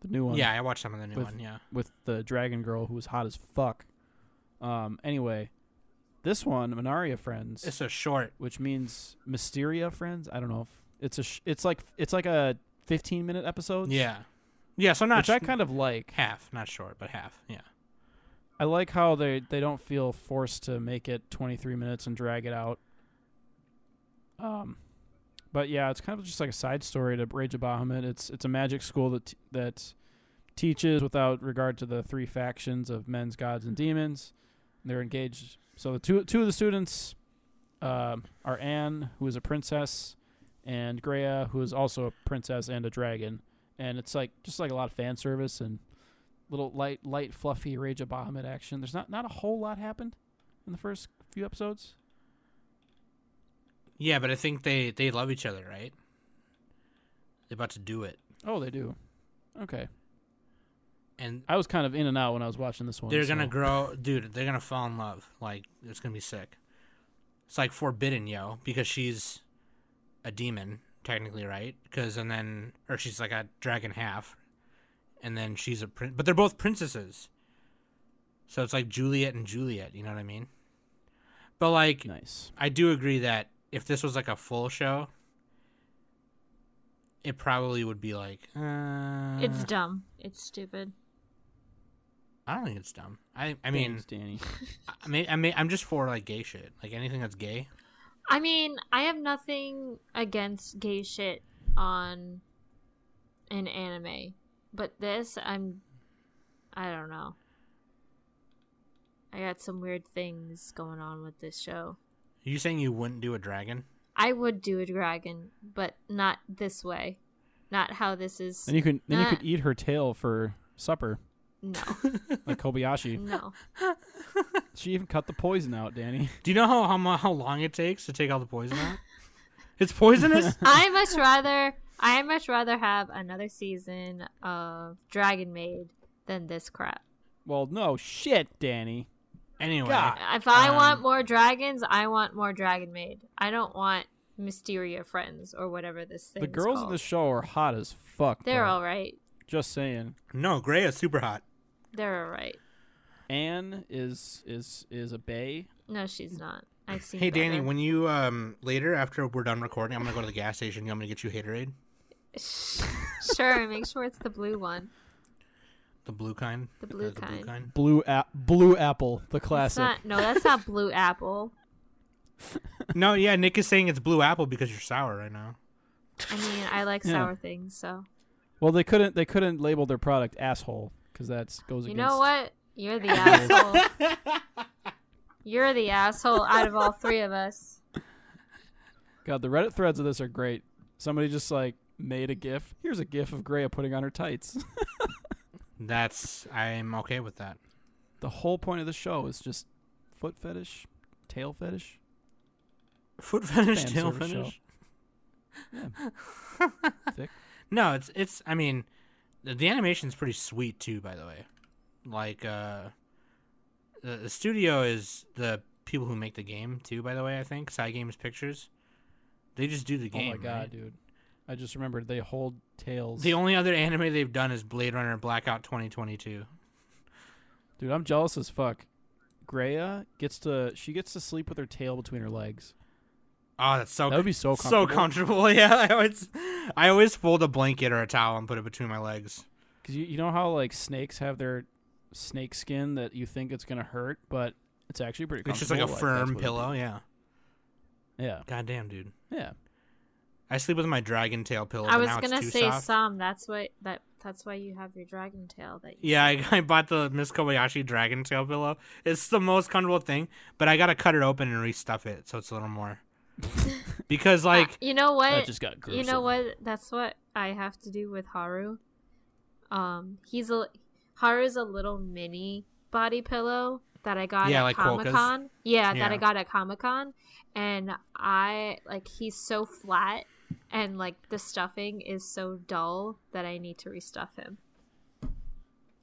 the new one. yeah, I watched some of the new With- one. Yeah, with the dragon girl who was hot as fuck. Um anyway, this one Minaria Friends. it's a short. which means Mysteria friends. I don't know. If it's a sh- it's like it's like a 15 minute episode. Yeah, yeah. So not which I sh- kind of like. half, not short, but half. Yeah, I like how they they don't feel forced to make it 23 minutes and drag it out. Um, but yeah, it's kind of just like a side story to Rage of Bahamut. It's it's a magic school that t- that teaches without regard to the three factions of men's gods and demons. They're engaged. So the two two of the students um are Anne, who is a princess, and Greya, who is also a princess and a dragon. And it's like just like a lot of fan service and little light, light, fluffy Rage of Bahamut action. There's not not a whole lot happened in the first few episodes. yeah. But I think they they love each other, right? They're about to do it, Oh, they do. Okay, and I was kind of in and out when I was watching this one. they're gonna so- grow, dude. They're gonna fall in love. Like it's gonna be sick. It's like forbidden, yo, because she's a demon technically, right? Because and then or she's like a dragon half, and then she's a prin But they're both princesses, so it's like Juliet and Juliet. You know what I mean? But like, nice. I do agree that if this was like a full show, it probably would be like. Uh, It's dumb. It's stupid. I don't think it's dumb. I I mean. Thanks, [LAUGHS] Danny. I mean, I mean, I'm just for like gay shit, like anything that's gay. I mean, I have nothing against gay shit on an anime, but this, I'm. I don't know. I got some weird things going on with this show. Are you saying you wouldn't do a dragon? I would do a dragon, but not this way. Not how this is. Then you can then you could Nah. eat her tail for supper, No, like [LAUGHS] Kobayashi. no. she even cut the poison out, Danny. [LAUGHS] Do you know how how, mu- how long it takes to take all the poison [LAUGHS] out? it's poisonous. I much rather I much rather have another season of Dragon Maid than this crap. Well, no shit, Danny. anyway, God. If I Um, want more dragons, I want more Dragon Maid. I don't want Mysteria Friends or whatever this thing. the girls in called. the show are hot as fuck. They're though. all right. Just saying. no, Gray is super hot. They're all right. Anne is is is a bay. No, she's not. I've seen. Hey, Danny, better. when you um later after we're done recording, I'm gonna go to the gas station. You want me to get you haterade, [LAUGHS] sure, make sure it's the blue one. the blue kind, The blue the kind. blue kind. Blue a- blue apple, the That's classic. not. No, that's not blue apple. no, yeah, Nick is saying it's blue apple because you're sour right now. I mean, I like Yeah. sour things, so Well, they couldn't they couldn't label their product asshole because that goes You against. know what? You're [LAUGHS] the asshole. You're the asshole out of all three of us. God, the Reddit threads of this are great. Somebody just like made a GIF. Here's a GIF of Greya putting on her tights. [LAUGHS] That's I'm okay with that. the whole point of the show is just foot fetish, tail fetish. Foot finish, Fan tail service show. finish. [LAUGHS] Thick. No, it's it's. I mean, the, the animation's pretty sweet too. By the way, like uh, the, the studio is the people who make the game too. By the way, I think Side Games Pictures, they just do the Oh game. my god, right? dude! I just remembered they hold tails. The only other anime they've done is Blade Runner Blackout 2022. dude, I'm jealous as fuck. Greya gets to she gets to sleep with her tail between her legs. Oh, that's so That would be so so comfortable. comfortable. [LAUGHS] Yeah, I always I always fold a blanket or a towel and put it between my legs. Because you, you know how like snakes have their snake skin that you think it's gonna hurt, but it's actually pretty. It's just like a comfortable, that's firm what it pillow. Yeah. is. Yeah, Goddamn, dude. yeah. I I sleep with my dragon tail pillow. I but was now it's gonna too say soft. some. That's what that that's why you have your dragon tail. That you, Yeah, I, [LAUGHS] I bought the Miss Kobayashi dragon tail pillow. It's the most comfortable thing, but I gotta cut it open and restuff it so it's a little [LAUGHS] more. because Ah, like you know what that just got gruesome. you know what that's what I have to do with Haru. Um, he's a Haru's a little mini body pillow that I got Yeah, at like Comic Quokka's. Con. Yeah, that I Yeah. got at Comic Con, and I like he's so flat, and like the stuffing is so dull that I need to restuff him.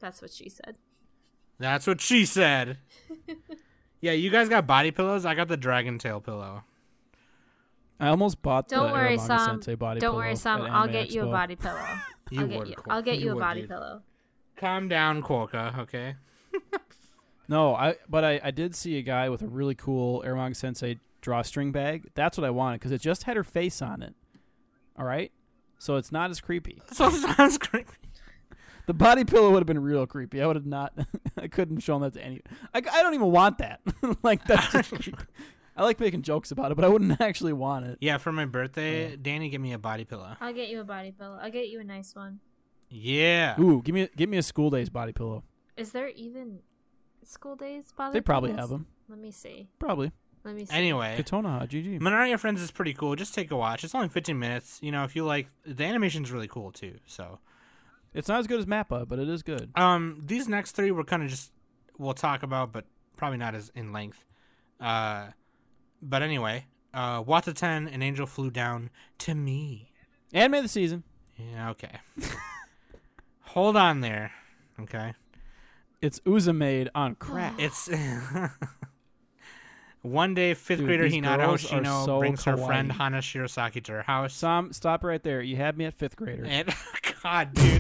That's what she said. that's what she [LAUGHS] said. yeah, you guys got body pillows. I got the dragon tail pillow. I almost bought Don't the worry, Uramanga Sam. Sensei body Don't pillow worry, Sam. at I'll Anime get you a Expo. body pillow. I'll get you. Cole. I'll get you, a would, body dude. pillow. Calm down, Quokka. Okay. No, I but I, I did see a guy with a really cool Uramanga Sensei drawstring bag. That's what I wanted because it just had her face on it. All right, so it's not as creepy. So [LAUGHS] sounds creepy. The body pillow would have been real creepy. I would have not. [LAUGHS] I couldn't have shown that to any. I, I don't even want that. [LAUGHS] like that's just creepy. I like making jokes about it, but I wouldn't [LAUGHS] actually want it. Yeah, for my birthday, Danny gave me a body pillow. I'll get you a body pillow. I'll get you a nice one. Yeah. Ooh, give me give me a school days body pillow. Is there even school days body? They probably pillows? have them. Let me see. Probably. Let me see. Anyway, Katona, GG. Mononoke Friends is pretty cool. Just take a watch. It's only 15 minutes. You know, if you like, the animation's really cool too. So, It's not as good as Mappa, but it is good. um, these next three we're kind of just we'll talk about, but probably not as in length. Uh, but anyway, uh, Wataten, an angel flew down to me. Anime of the season. Yeah, okay. Hold on there. Okay. It's Uzumade on crack. [SIGHS] It's [LAUGHS] one day, fifth Dude, grader these Hinata girls are Hoshino so brings her friend kawaii. Hana Shirosaki to her house. Sam, stop right there. You had me at fifth grader. And [LAUGHS] God, dude,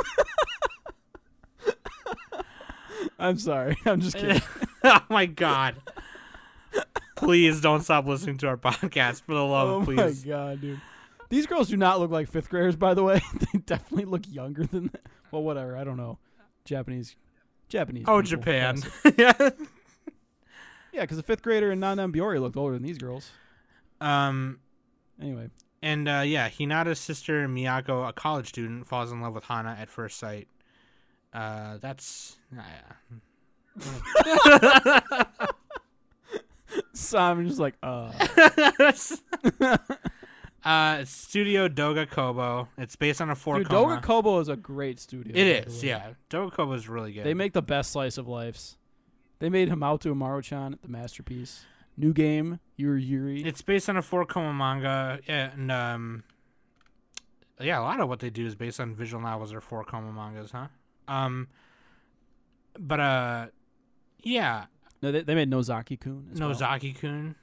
I'm sorry. [LAUGHS] I'm [LAUGHS] just [LAUGHS] kidding. oh my God! Please don't stop listening to our podcast for the love, oh of my please. god, dude. These girls do not look like fifth graders, by the way. [LAUGHS] they definitely look younger than that. Well, whatever. I don't know. Japanese, Japanese. Oh, people, Japan. yes. [LAUGHS] yeah. Yeah, because the fifth grader in Nanan Biori looked older than these girls. Um. Anyway, And uh, yeah, Hinata's sister Miyako, a college student, falls in love with Hana at first sight. Uh, that's yeah. Sam just like, [LAUGHS] uh, uh, Studio Doga Kobo. It's based on a four dude, comma. Doga Kobo is a great studio. by it the is, way. yeah. Doga Kobo is really good. They make the best slice of lives. They made Himauto Amaro-chan the masterpiece. New game, Yuri Yuri. it's based on a four comma manga, and um, yeah, a lot of what they do is based on visual novels or four comma mangas, huh? Um, but uh, yeah, no, they, they made Nozaki-kun as well. Nozaki Kun.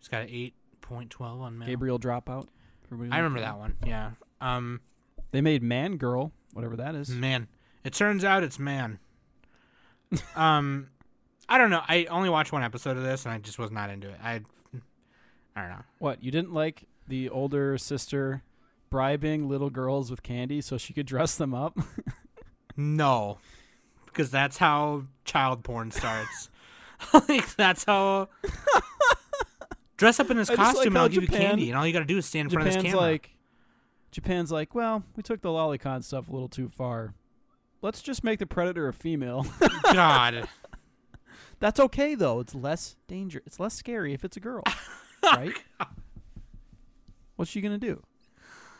It's got an eight point twelve on Mel. Gabriel Dropout. Everybody I knows remember that one. Yeah. Um, They made Man Girl, whatever that is. man, it turns out it's man. [LAUGHS] um, I don't know. I only watched one episode of this, and I just was not into it. I, I don't know. What you didn't like the older sister bribing little girls with candy so she could [LAUGHS] dress them up? No, because that's how [LAUGHS] child porn starts. [LAUGHS] like that's how. Dress up in this I just like costume, and how I'll give Japan- you candy, and all you gotta do is stand in front of this Japan's camera. like, Japan's like, well, we took the lolicon stuff a little too far. Let's just make the predator a female. [LAUGHS] [LAUGHS] God, That's okay though. It's less danger. It's less scary if it's a [LAUGHS] girl, right? What's she gonna do?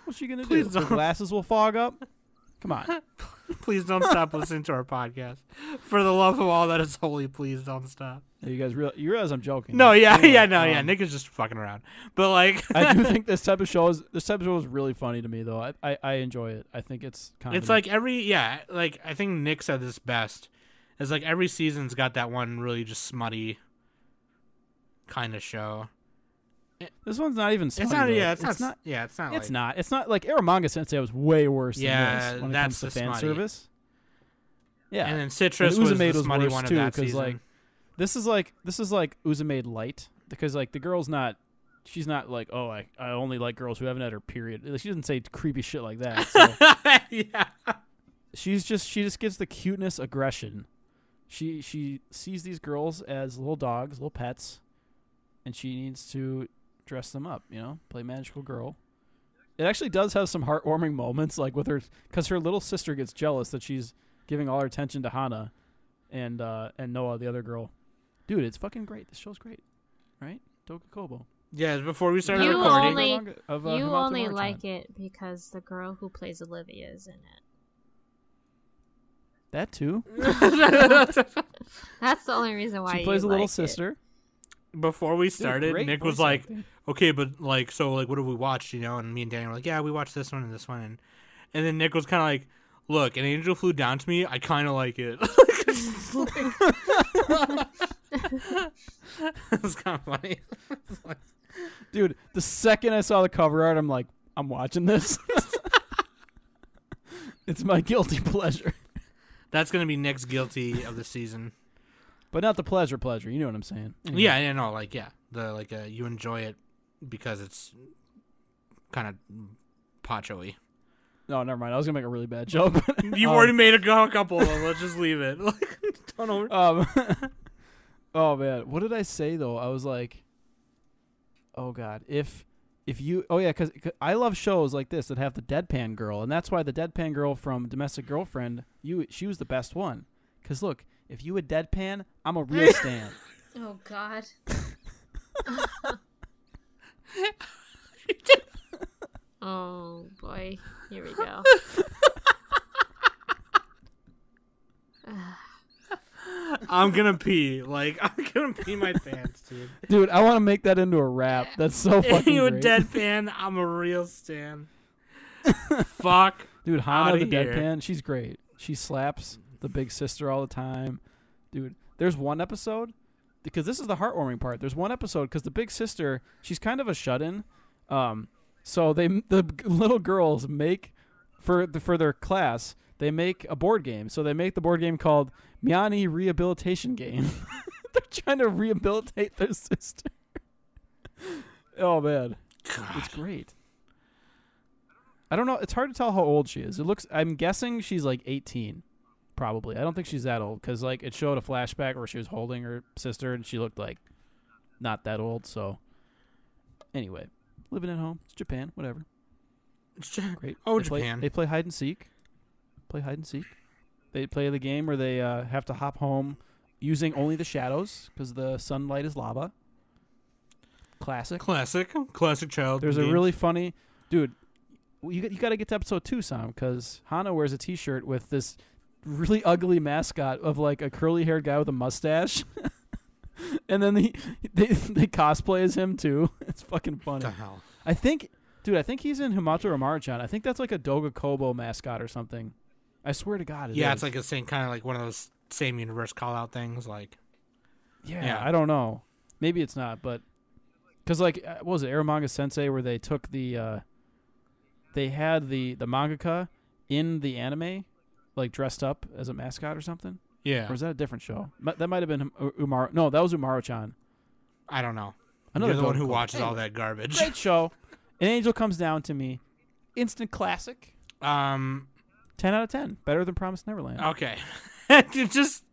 What's she gonna Please do? Her don't. glasses will fog up. Come [LAUGHS] on. please don't stop listening to our podcast. For the love of all that is holy, please don't stop. You guys real you realize I'm joking. No, yeah, Anyway, yeah, no, yeah. um, Nick is just fucking around, but like, I do think this type of show is this type of show is really funny to me though. I, I, I enjoy it. I think it's kind It's like every yeah, like I think Nick said this best. It's like every season's got that one really just smutty kind of show. eh, this one's not even. Smutty, it's not though. yeah, it's, not, yeah, it's not It's like not. It's not like Aramanga Sensei was way worse. Yeah, than this when it that's comes to the fan smutty. service. Yeah, And then Citrus was Uzumade the was smutty worse one too, of that 'cause, season. like, this is like this is like Uzumade light because like the girl's not. She's not like oh I, I only like girls who haven't had her period. She doesn't say creepy shit like that. So. [LAUGHS] yeah. she's just she just gets the cuteness aggression. She she sees these girls as little dogs, little pets, and she needs to dress them up. You know, play magical girl, It actually does have some heartwarming moments, like with her, because her little sister gets jealous that she's giving all her attention to Hana, and uh, and Noah, the other girl. Dude, it's fucking great. This show's great, right? Toka Kobo. Yes, before we started You recording. only- of, uh, you Himatsu only Maruchan. like it because the girl who plays Olivia is in [LAUGHS] it. [LAUGHS] that too. That's the only reason why She plays you a little like it. [LAUGHS] sister. before we started, great Nick was voice like, acting. "Okay, but like, so like, what have we watched?" You know, and me and Daniel were like, "Yeah, we watched this one and this one," and and then Nick was kind of like, "Look, an angel flew down to me. I kind of like it." [LAUGHS] It's kind of funny. Dude, the second I saw the cover art, I'm like, I'm watching this. [LAUGHS] it's my guilty [LAUGHS] pleasure. That's gonna be Nick's guilty of [LAUGHS] the season. But not the pleasure pleasure, you know what I'm saying. Anyway, Yeah, yeah, no, like yeah, the like uh, you enjoy it because it's kind of [LAUGHS] pachoey. No, Oh, never mind. I was gonna make a really bad joke. but- You've Um, already made a cou- couple of them. Let's just leave it. [LAUGHS] Like, don't over- um [LAUGHS] Oh man. What did I say though? I was like Oh god. If if you oh yeah, because I love shows like this that have the deadpan girl, and that's why the deadpan girl from Domestic Girlfriend, you she was the best one. Cause look, if you a deadpan, I'm a real stand. Oh [LAUGHS] God. [LAUGHS] oh boy, here we [LAUGHS] go. Ah, I'm gonna pee. Like I'm gonna pee my pants, dude. Dude, I want to make that into [LAUGHS] a rap. That's [LAUGHS] so fucking you a great. deadpan? I'm a real Stan. [LAUGHS] Fuck. Dude, Hana the Outta here. deadpan, she's great. She slaps the big sister all the time. Dude, there's one episode because this is the heartwarming part. There's one episode because the big sister, she's kind of a shut-in. Um, so they the g- little girls make for the, for their class they make a board game. So they make the board game called Miani Rehabilitation Game. [LAUGHS] They're trying to rehabilitate their [LAUGHS] sister. oh man. It's great. I don't know. It's hard to tell how old she is. It looks. I'm guessing she's like 18, probably. I don't think she's that old because like it showed a flashback where she was holding her sister and she looked like not that old. So anyway, living at home, it's Japan, whatever. Great. Oh, They play- Japan. they play hide and seek. Play hide and seek. They play the game where they uh, have to hop home using only the shadows because the sunlight is lava. Classic. Classic, classic child. There's a games. really funny dude. well, You you got to get to episode two, Sam, because Hana wears a T-shirt with this really ugly mascot of like a curly-haired guy with a mustache, [LAUGHS] and then the, they [LAUGHS] they cosplay as him too. [LAUGHS] It's fucking funny. What the hell. I think, dude, I think he's in Himato Maruchan. I think that's like a Doga Kobo mascot or something. I swear to God, it yeah, is. it's like the same kind of like one of those same universe call out things. Like Yeah, Yeah. I don't know. Maybe it's not, but because like uh, what was it Aramanga Sensei where they took the uh they had the the mangaka in the anime like dressed up as a mascot or something, or yeah, is that a different show? Mi- That might have been U- Umaru. No, that was Umaru-chan. I don't know. Another You're the one Doga who Kobo. watches all Anyway, that garbage. Great show. An angel comes down to me. Instant classic. Um. Ten out of ten. Better than Promised Neverland. Okay. [LAUGHS] Dude, Just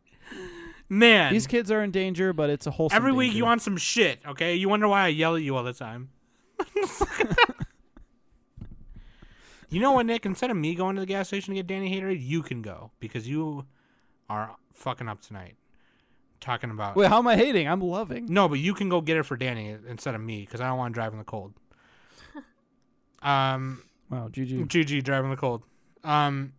man. These kids are in danger, but it's a whole. Every week you want some shit. Okay. You wonder why I yell at you all the time. [LAUGHS] you know what, Nick? Instead of me going to the gas station to get Danny Haterade, you can go because you are fucking up tonight. Talking about Wait, how am I hating? I'm loving. no, but you can go get it for Danny instead of me because I don't want to drive in the cold. Um. Wow, GG. GG driving the cold. Um,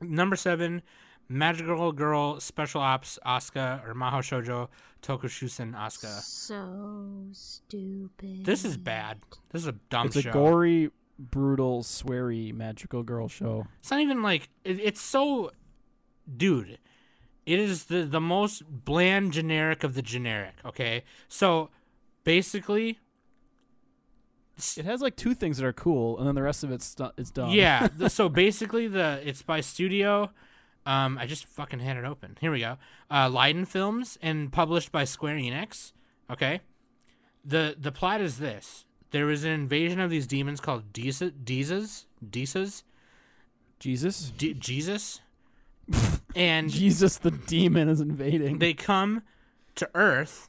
number seven, Magical Girl Special Ops Asuka or Maho Shoujo Tokushusen Asuka. So stupid. This is bad. This is a dumb It's a show. gory, brutal, sweary, magical girl show. it's not even like it, it's so, dude. It is the the most bland generic of the generic. Okay, so basically, It has like two things that are cool, and then the rest of it's stu- it's dumb. Yeah. th- so basically, the it's by studio. Um, I just fucking had it open. Here we go. Uh, Leiden Films and published by Square Enix. Okay. The the plot is this: there was an invasion of these demons called Disa- Disas, Disas, Jesus, [LAUGHS] D- Jesus, and Jesus, the demon is invading. they come to Earth,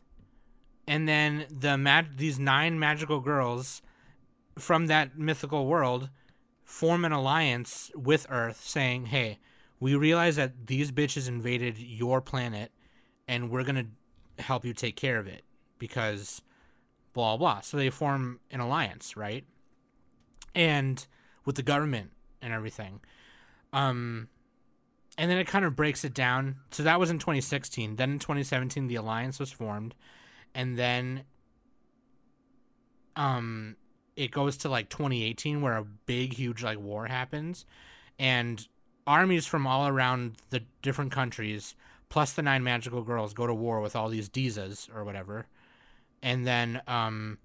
and then the mag- these nine magical girls from that mythical world form an alliance with Earth saying, hey, we realize that these bitches invaded your planet and we're going to help you take care of it because blah, blah. So they form an alliance, right? And with the government and everything. Um, and then it kind of breaks it down. So that was in 2016. Then in 2017, the alliance was formed, and then um, it goes to like 2018, where a big, huge like war happens, and armies from all around the different countries, plus the nine magical girls, go to war with all these Dizas or whatever, and then um,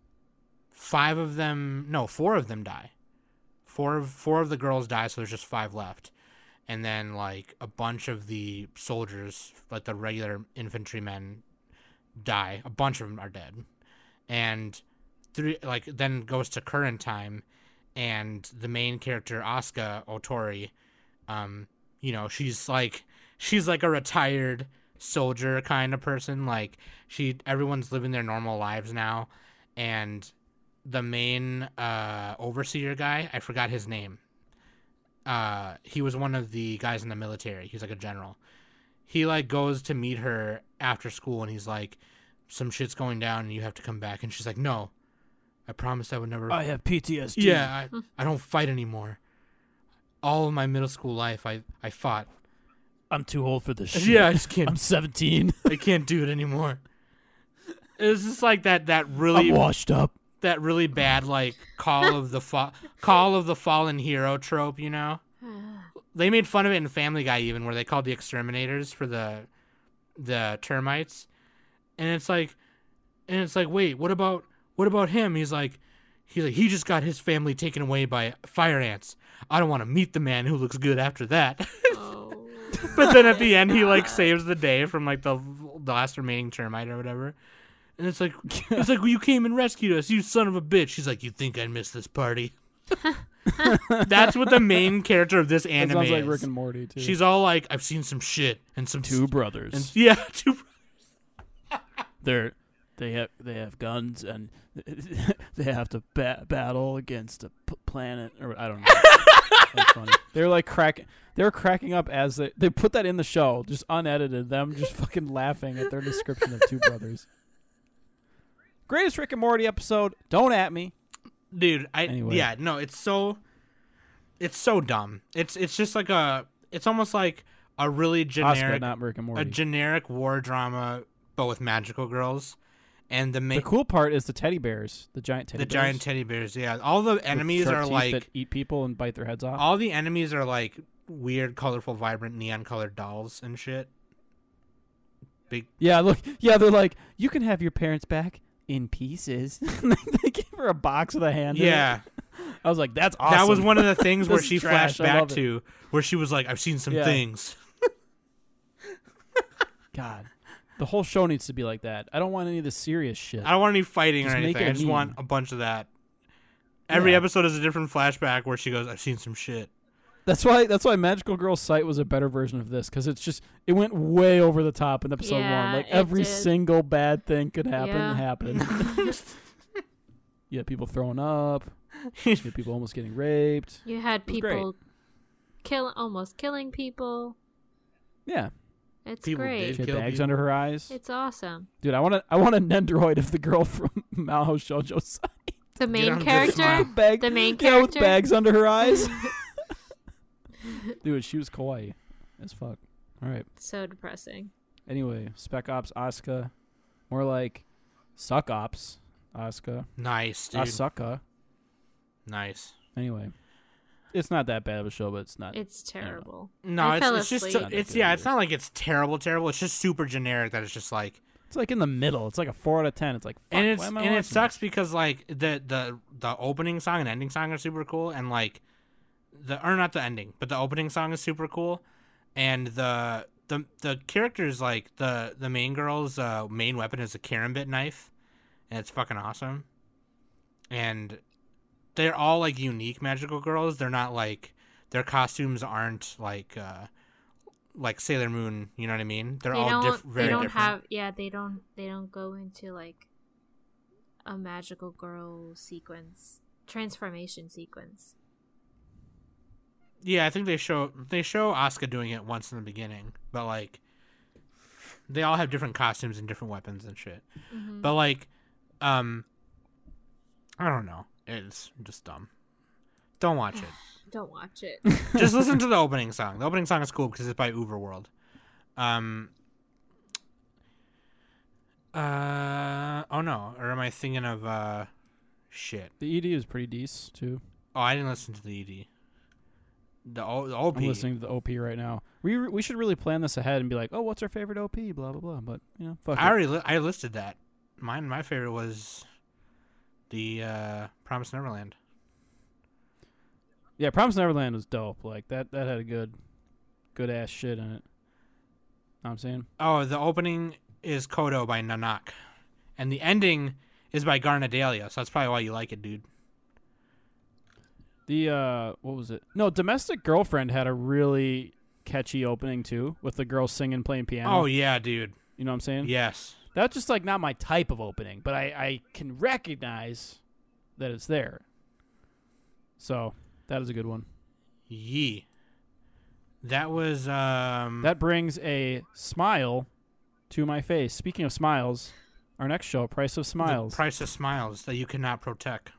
five of them, no, four of them die. Four of four of the girls die, so there's just five left and then like a bunch of the soldiers, like the regular infantrymen, die. A bunch of them are dead, and three like then goes to current time, and the main character Asuka Otori, um, you know she's like she's like a retired soldier kind of person. Like she everyone's living their normal lives now, and the main uh overseer guy I forgot his name uh, he was one of the guys in the military. He's like a general. He like goes to meet her after school and he's like, some shit's going down and you have to come back. And she's like, no, I promised I would never. I have PTSD. yeah, I, I don't fight anymore. All of my middle school life, I, I fought. I'm too old for this shit. Yeah, I just I'm can't. 17. I can't do it [LAUGHS] anymore. It's just like that. That really I'm washed up. that really bad like call of the fa- call of the fallen hero trope, you know? They made fun of it in Family Guy even where they called the exterminators for the the termites. And it's like and it's like, "Wait, what about what about him?" He's like he's like he just got his family taken away by fire ants. I don't want to meet the man who looks good after that. [LAUGHS] Oh. but then at the end he like saves the day from like the, the last remaining termite or whatever and it's like it's like well, you came and rescued us you son of a bitch she's like you think i missed this party that's what the main character of this That anime sounds like is. Rick and Morty too. she's all like i've seen some shit and some two s- brothers. and [LAUGHS] yeah two They're they have they have guns and [LAUGHS] they have to ba- battle against a p- planet or I don't know. [LAUGHS] That's funny. They're like cracking. They're cracking up as they they put that in the show, just unedited. Them just fucking laughing at their description of [LAUGHS] two brothers. Greatest Rick and Morty episode. Don't at me. dude i Anyway. yeah no it's so it's so dumb it's it's just like a it's almost like a really Oscar, generic not Rick and a Morty. generic war drama but with magical girls and the main the cool part is the teddy bears, the giant teddy the bears. giant teddy bears yeah all the with enemies sharp are teeth like that eat people and bite their heads off. all the enemies are like weird colorful vibrant neon colored dolls and shit big Yeah, look. Yeah, they're like, you can have your parents back in pieces. [LAUGHS] they gave her a box with a hand. in it. yeah I was like, that's awesome. that was one of the [LAUGHS] things where This is she trash, flashed I back love it. to where she was like i've seen some Yeah. things God, the whole show needs to be like that. I don't want any of the serious shit. i don't want any fighting Just or make anything it i a just meme. want a bunch of that every Yeah. episode is a different flashback where she goes i've seen some [LAUGHS] shit That's why. That's why Magical Girl Sight was a better version of this because it's just it went way over the top in episode Yeah, one. Like it every did. single bad thing could happen. Yeah. Happened. [LAUGHS] you had people throwing up. You had people almost getting raped. you had It was great. people kill almost killing people. Yeah, It's People great. she did. had Kill bags people. under her eyes. It's awesome. Dude, I want to. I want a Nendoroid of the girl [LAUGHS] from Malho Shoujo Sight. The on main the character. smile. bag, The main yeah, with character? bags under her [LAUGHS] eyes. [LAUGHS] Dude, she was kawaii as fuck. All right. so depressing. Anyway, Spec Ops Asuka, more like Suck Ops Asuka, [LAUGHS] nice dude Asuka. nice Anyway, it's not that bad of a show, but it's not. It's terrible. no I it's, fell it's just asleep. it's yeah it's not like it's terrible terrible it's just super generic that it's just like It's like in the middle. It's like a four out of ten. It's like fuck, and it's why am and I it watching sucks because like the the the opening song and ending song are super cool and like the or not the ending but the opening song is super cool and the the the characters like the the main girl's uh, main weapon is a karambit knife and it's fucking awesome and they're all like unique magical girls they're not like their costumes aren't like uh like Sailor Moon you know what I mean they're They all don't. diff- very they don't different have. Yeah, they don't. They don't go into like a magical girl sequence. transformation sequence. Yeah, I think they show they show Asuka doing it once in the beginning, but like they all have different costumes and different weapons and shit. Mhm. But like, um, I don't know. It's just dumb. Don't watch it. Don't watch [LAUGHS] it. just listen to the opening song. The opening song is cool because it's by Uberworld. Um. Uh oh no, or am I thinking of uh, shit? The ED is pretty decent too. Oh, I didn't listen to the ED. The O the E OP. I'm listening to the OP right now. We we should really plan this ahead and be like, oh, what's our favorite OP? Blah blah blah. But you know, fuck. I it. already li- I listed that. Mine my favorite was the uh Promised Neverland. Yeah, Promise Neverland was dope. Like that that had a good good ass shit in it. Know what I'm saying? Oh, the opening is Kodo by Nanak. And the ending is by Garnadalia, so that's probably why you like it, dude. The uh what was it? No, Domestic Girlfriend had a really catchy opening too, with the girl singing playing piano. Oh yeah, dude. you know what I'm saying? Yes. That's just like not my type of opening, but I, I can recognize that it's there. So that is a good one. Yee. That was um That brings a smile to my face. Speaking of smiles, our next show, Price of the Smiles. price of smiles that you cannot protect.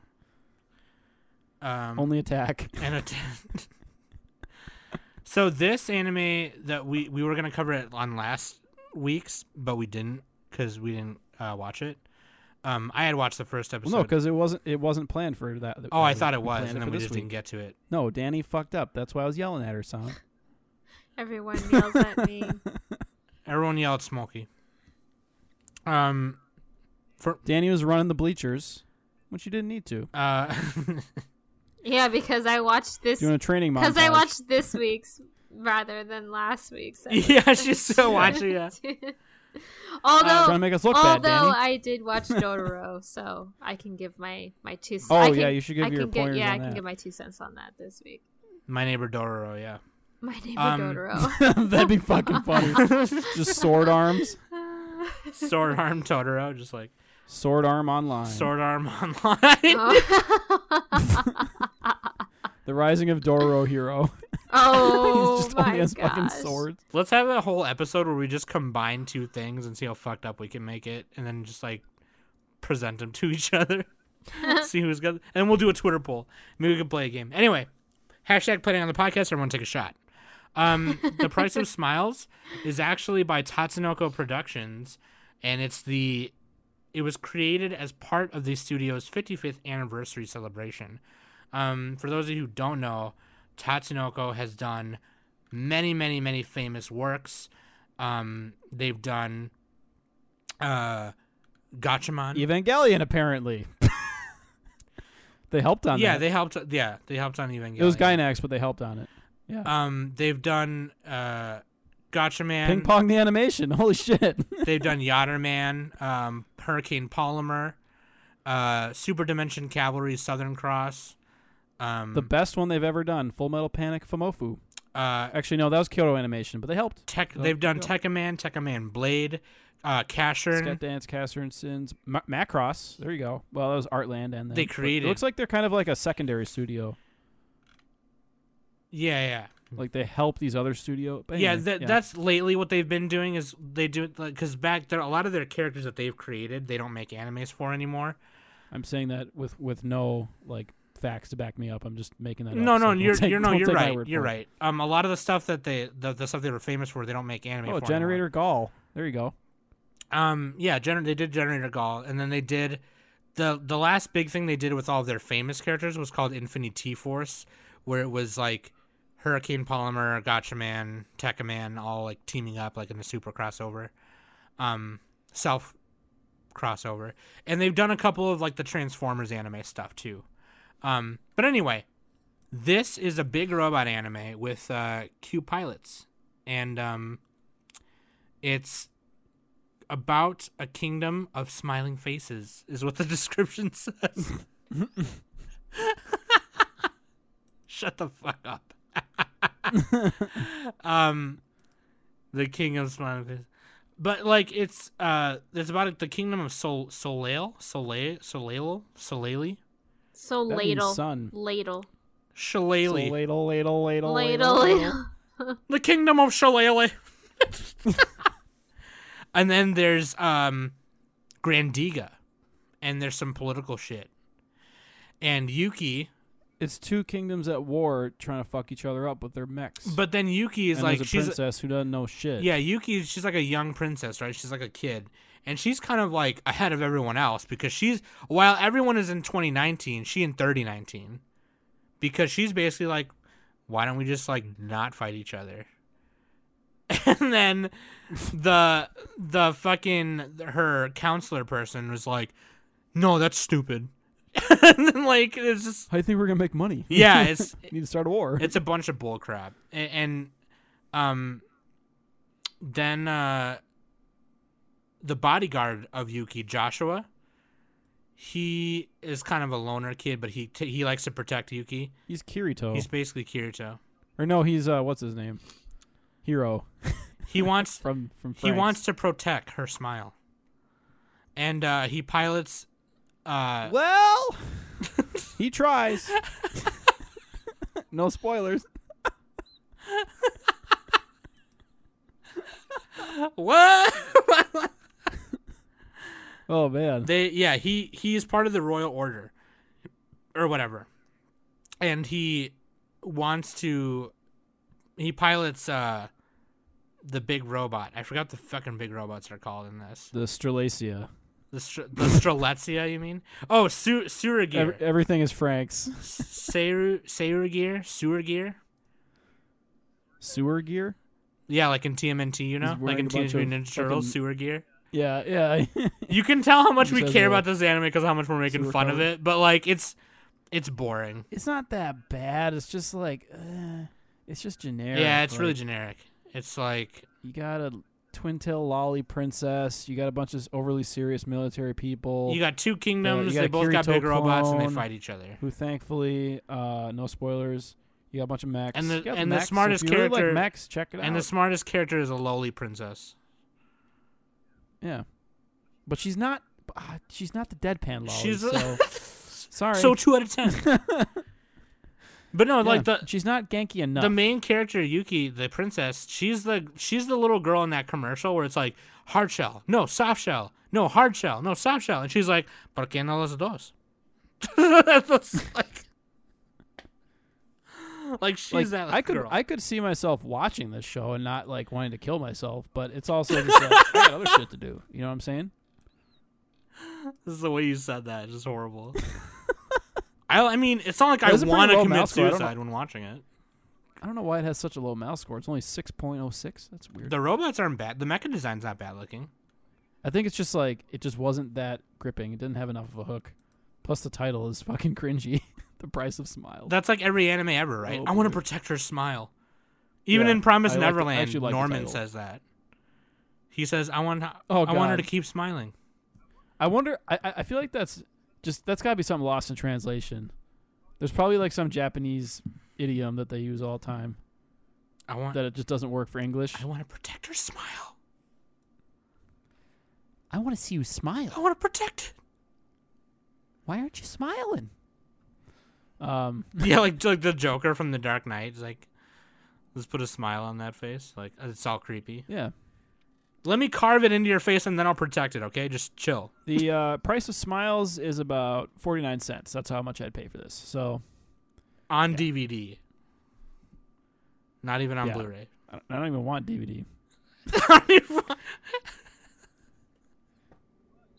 Um Only attack. and a t- so this anime that we we were gonna cover it on last week's, but we didn't because we didn't uh, watch it. Um, I had watched the first episode. Well, no, because it wasn't it wasn't planned for that. oh, I that thought it we was, planned and then for we this just week. didn't get to it. No, Danny fucked up. That's why I was yelling at her, son. Everyone yells at me. Everyone yelled "Smokey." Um, for Danny was running the bleachers, which you didn't need to. uh, [LAUGHS] Yeah, because I watched this Doing a training montage. because I watched this week's rather than last [LAUGHS] week's. yeah, she's [LAUGHS] still watching. [LAUGHS] Yeah. episode. trying to although make us look bad, although [LAUGHS] Danny. I did watch Dororo, [LAUGHS] so I can give my my two cents. Oh, I can, yeah, you should give I your can get, pointers Yeah, on I can that. give my two cents on that this week. My neighbor Dororo. Yeah. My name Um, is [LAUGHS] Dororo. That'd be fucking funny. Just sword arms. Sword arm Totoro, just like Sword arm online. sword arm [LAUGHS] online. The rising of Doro Hero. [LAUGHS] [LAUGHS] oh He's just my only has gosh. fucking swords. Let's have a whole episode where we just combine two things and see how fucked up we can make it, and then just like present them to [LAUGHS] each other, see who's got. And we'll do a Twitter poll. Maybe we can play a game. Anyway, hashtag putting on the podcast. Everyone take a shot. Um, the price of smiles is actually by Tatsunoko Productions, and it's the. It was created as part of the studio's 55th anniversary celebration. Um, for those of you who don't know, Tatsunoko has done many, many, many famous works. Um, they've done uh, Gatchaman. Evangelion, apparently. [LAUGHS] they helped on yeah, that. they helped. Yeah, they helped on Evangelion. it was Gynax, but they helped on it. Um, they've done uh, Ping Gatchaman. pong the animation. [LAUGHS] Holy shit. they've done Yatterman, um, Hurricane Polymer, uh, Super Dimension Cavalry, Southern Cross. Um, the best one they've ever done. Full Metal Panic Famofu. uh, Actually, no, that was Kyoto Animation, but they helped. Tech. Oh, They've done yeah. Tekka Man, Tekka Man Blade, uh, Scat Cashern. Dance, Caster and Sins, Ma- Macross. There you go. Well, that was Artland, and then They but created- It looks like they're kind of like a secondary studio. Yeah, yeah. Like they help these other studio. But Mm-hmm. yeah, anyway, that, that's lately what they've been doing is they do because back there a lot of their characters that they've created they don't make animes for anymore. I'm saying that with with no like facts to back me up. I'm just making that. No, up, so no, don't you're take- you're no, don't you're take my right, word you're for it. right. Um, a lot of the stuff that they the, the stuff they were famous for they don't make anime. Oh, for Generator anymore. Gall. There you go. Um, yeah, gener- they did Generator Gall, and then they did the the last big thing they did with all of their famous characters was called Infinity T Force, where it was like Hurricane Polymer, Gotcha Man, Tekka Man, all like teaming up like in the super crossover, um, self crossover, and they've done a couple of like the Transformers anime stuff too. Um, but anyway, this is a big robot anime with uh, Q pilots, and um, it's about a kingdom of smiling faces is what the [LAUGHS] description says. [LAUGHS] Shut the fuck up. [LAUGHS] um the kingdom of smiling faces. But like it's uh it's about the kingdom of Sol Soleil, Soleil, Soleil, Soleil, So That means ladle. son. Ladle. So Shillelagh. ladle, ladle, ladle, Ladle. [LAUGHS] ladle. the kingdom of Shillelagh. [LAUGHS] and then there's um, Grandiga, and there's some political shit. And Yuki, It's two kingdoms at war trying to fuck each other up with their mechs. but then Yuki is and like there's a she's princess who doesn't know shit. yeah Yuki. She's like a young princess, right? She's like a kid, and she's kind of like ahead of everyone else because she's while everyone is in 2019, she in 3019, because she's basically like, why don't we just like not fight each other? [LAUGHS] and then the the fucking her counselor person was like, "No, that's stupid." [LAUGHS] and then, like it's just How do you think we're gonna make money? [LAUGHS] yeah, it's Need to start a war. it's a bunch of bullcrap. And, and um, then uh, the bodyguard of Yuki, Joshua, he is kind of a loner kid, but he t- he likes to protect Yuki. he's Kirito. He's basically Kirito. or no, he's uh, what's his name? Hero He wants from from. he France. wants to protect her smile, and uh, he pilots. Uh, [LAUGHS] Well, he tries. [LAUGHS] no spoilers. [LAUGHS] what? Oh man. They yeah, he he is part of the royal order or whatever. And he wants to he pilots uh the big robot. I forgot the fucking big robots are called in this. the Strelacia. The [LAUGHS] str- the Strelitzia, you mean? Oh, Su- Ev- Suragir. everything is Frank's. Seru Suragir, Suragir. Sewer gear. Yeah, like in TMNT, you know, wearing like in a Teenage bunch of Mutant Ninja Turtles, fucking- sewer gear. Yeah, yeah. [LAUGHS] You can tell how much He we says care what? about this anime because how much we're making Sewer fun of colours. it. But like, it's it's boring. it's not that bad. It's just like, uh, it's just generic. Yeah, it's really Like, generic. It's like you got a twin tail lolly princess. You got a bunch of overly serious military people you got two kingdoms. got they a both got Kirito big robots, and they clone. fight each other. who, thankfully, uh, no spoilers. You got a bunch of mechs. And the- You got and the mechs, so smartest if you really character- like mechs, check it And the out. smartest character is a lowly princess. yeah, but she's not. Uh, she's not the deadpan lolly. She's [LAUGHS] so, a- sorry. So two out of ten. [LAUGHS] but no, like Yeah, the she's not ganky enough. the main character Yuki, the princess. She's the she's the little girl in that commercial where it's like hard shell, no soft shell, no hard shell, no soft shell, and she's like, ¿Por qué no las dos? [LAUGHS] That's like, [LAUGHS] like she's like, that I could girl. I could see myself watching this show and not like wanting to kill myself, but it's also just like I got other shit to do. You know what I'm saying? This is the way you said that. It's [LAUGHS] just horrible. I, I mean, it's not like It I was a pretty want to low commit mouse score, I don't know. suicide when watching it. I don't know why it has such a low mouse score. It's only six point oh six. That's weird. The robots aren't bad. The mecha design's not bad looking. I think it's just like it just wasn't that gripping. It didn't have enough of a hook. Plus the title is fucking cringy. [LAUGHS] the price of smile. That's like every anime ever, right? Oh, I want to boy. protect her smile. Even Yeah, in Promise I like the- I Neverland, actually like the Norman title. says that. He says, "I want, Oh, I want her to God. keep smiling." I wonder. I I I feel like that's just that's got to be something lost in translation. There's probably like some Japanese idiom that they use all the time I want, that it just doesn't work for English. I want to protect her smile. I want to see you smile. I want to protect Why aren't you smiling? Um, [LAUGHS] it. yeah, like like the Joker from The Dark Knight. Is like, let's put a smile on that face. Like it's all creepy. yeah. Let me carve it into your face, and then I'll protect it. Okay, just chill. The uh, price of smiles is about 49 cents. That's how much I'd pay for this. So on DVD. Not even on Yeah. Blu-ray. [LAUGHS] I don't- I don't even want DVD.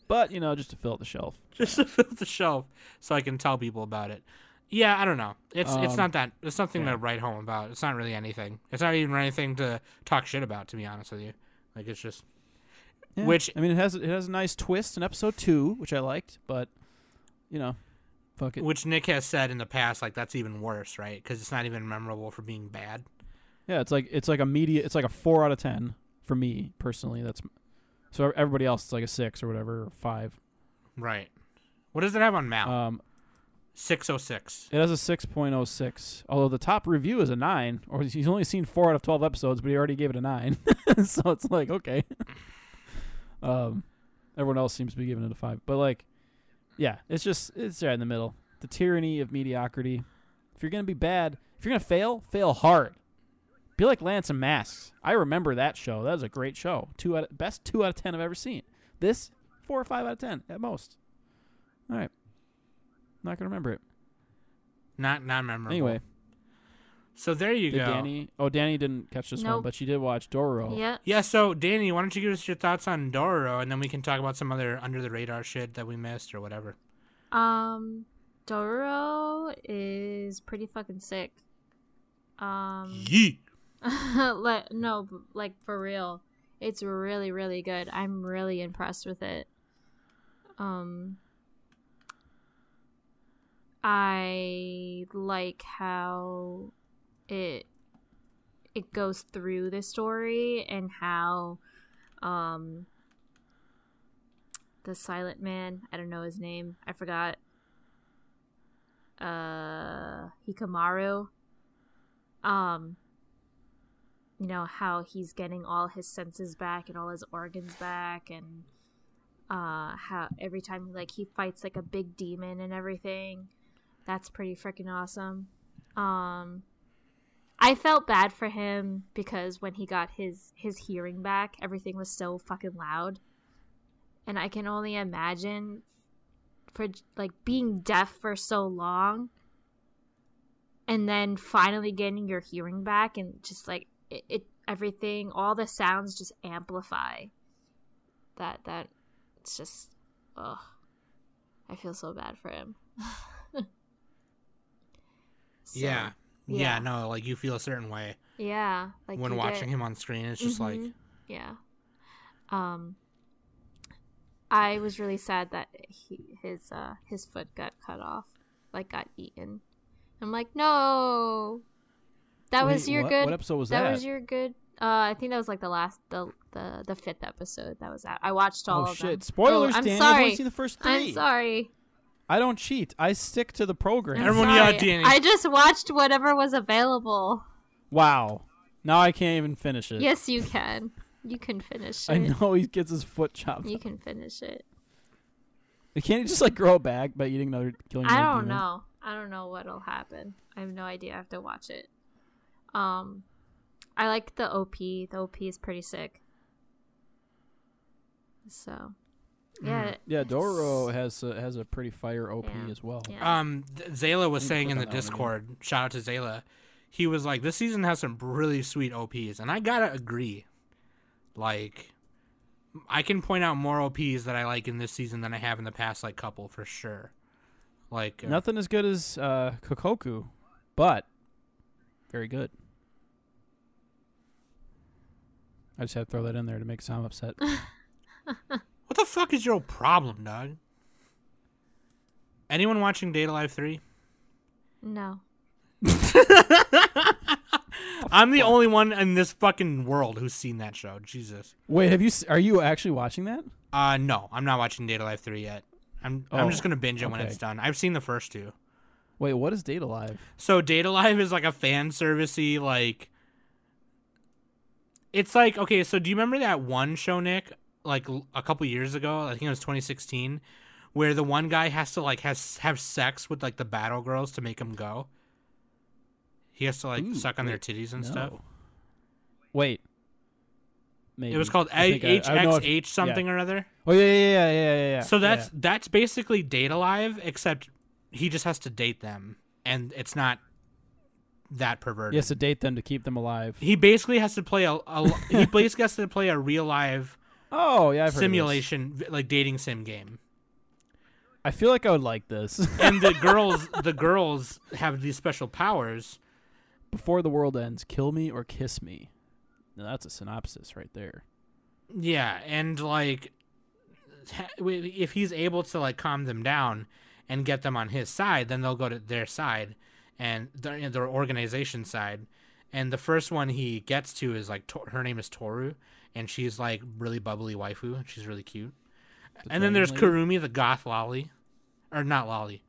But, you know, just to fill out the shelf. Just [LAUGHS] to fill the shelf so I can tell people about it. Yeah, I don't know. It's it's Um, not that it's nothing yeah. to write home about. It's not really anything. It's not even anything to talk shit about. To be honest with you, like it's just Yeah. Which- I mean, it has it has a nice twist in episode two, which I liked, but, you know, fuck it. which Nick has said in the past. Like that's even worse, right? Because it's not even memorable for being bad. Yeah, it's like it's like a media. It's like a four out of ten for me personally. That's so everybody else is like a six or whatever, or five. Right. What does it have on Mal? Um, Six oh six. It has a 6.06. Although the top review is a 9, or he's only seen 4 out of 12 episodes, but he already gave it a 9. [LAUGHS] so it's like, okay. Um everyone else seems to be giving it a 5. But like yeah, it's just it's right in the middle. the tyranny of mediocrity. If you're gonna be bad, if you're gonna fail, fail hard. Be like Lance and Masks. I remember that show. That was a great show. Two out of, best two out of ten I've ever seen. This four or five out of ten at most. All right, not gonna remember it Not not memorable. anyway. so there you Did go. Danny? Oh, Danny didn't catch this one, Nope. but she did watch Doro. Yeah. Yeah, so Danny, why don't you give us your thoughts on Doro, and then we can talk about some other under the radar shit that we missed or whatever. Um, Dororo is pretty fucking sick. Um, Yeet. [LAUGHS] like no, b- like for real, it's really really good. I'm really impressed with it. Um, I like how it it goes through the story and how um the silent man i don't know his name i forgot uh hikamaru um you know how he's getting all his senses back and all his organs back and uh how every time like he fights like a big demon and everything that's pretty freaking awesome um i felt bad for him because when he got his his hearing back everything was so fucking loud and i can only imagine for like being deaf for so long and then finally getting your hearing back and just like it, it everything all the sounds just amplify that that it's just ugh i feel so bad for him [LAUGHS] So, yeah. yeah. yeah. no, like you feel a certain way yeah like when you watching get- him on screen. It's just like Mhm. yeah um i was really sad that he his uh his foot got cut off like got eaten i'm like no that was Wait, your what, good What episode was that? that, was your good uh i think that was like the last the the, the fifth episode that was out i watched all oh of shit! them Spoilers, Oh, i'm Danny. I've only sorry seen the first three. i'm sorry I don't cheat. I stick to the program. I'm Everyone yell at sorry. Danny. i just watched whatever was available Wow. Now I can't even finish it. yes you can you can finish it I know he gets his foot chopped. you can finish it [LAUGHS] Can't he just like grow back by eating another killing? I another don't demon? know. I don't know what'll happen. I have no idea. I have to watch it. Um, I like the OP. The OP is pretty sick. So, yeah, Mm. Yeah, Doro has a, has a pretty fire OP Yeah. as well. yeah. um th- Zayla was saying in the click on that one, Discord, shout out to Zayla. He was like, This season has some really sweet OPs, and I gotta agree. Like I can point out more OPs that I like in this season than I have in the past like couple for sure. Like uh, Nothing as good as uh, Kokoku, but very good. I just had to throw that in there to make Sam upset. What the fuck is your problem, dog? Anyone watching Data [LAUGHS] Live 3? no. [LAUGHS] I'm the only one in this fucking world who's seen that show. Jesus. Wait, have you? s- Are you actually watching that? Uh no, I'm not watching Data Life 3 yet. I'm I'm Oh, just going to binge it when okay. it's done. I've seen the first two. Wait, what is Data Live? So Data Live is like a fan servicey like It's like okay, so do you remember that one show Nick like l- a couple years ago, I think it was 2016, where the one guy has to like has have sex with like the battle girls to make them go? He has to like Ooh, suck on their wait, titties and stuff. No. Wait. Maybe. It was called I think I- I don't know if- HXH something or other. Oh yeah, yeah, yeah, yeah, yeah. yeah So yeah, that's that's basically Date Alive, except he just has to date them, and it's not that perverted. yeah. he has to date them to keep them alive. He basically has to play a, [LAUGHS] a he basically has to play a real live Oh yeah, I've heard of this. simulation v- like dating sim game, I feel like I would like this [LAUGHS] and the girls the girls have these special powers. before the world ends. Kill me or kiss me. Now that's a synopsis right there. Yeah, and like ha- if he's able to like calm them down and get them on his side, then they'll go to their side and their their organization side. And the first one he gets to is like Tor- her name is Toru, and she's like really bubbly waifu. and She's really cute. and dragon then there's lady? Kurumi, the goth lolly, or not lolly.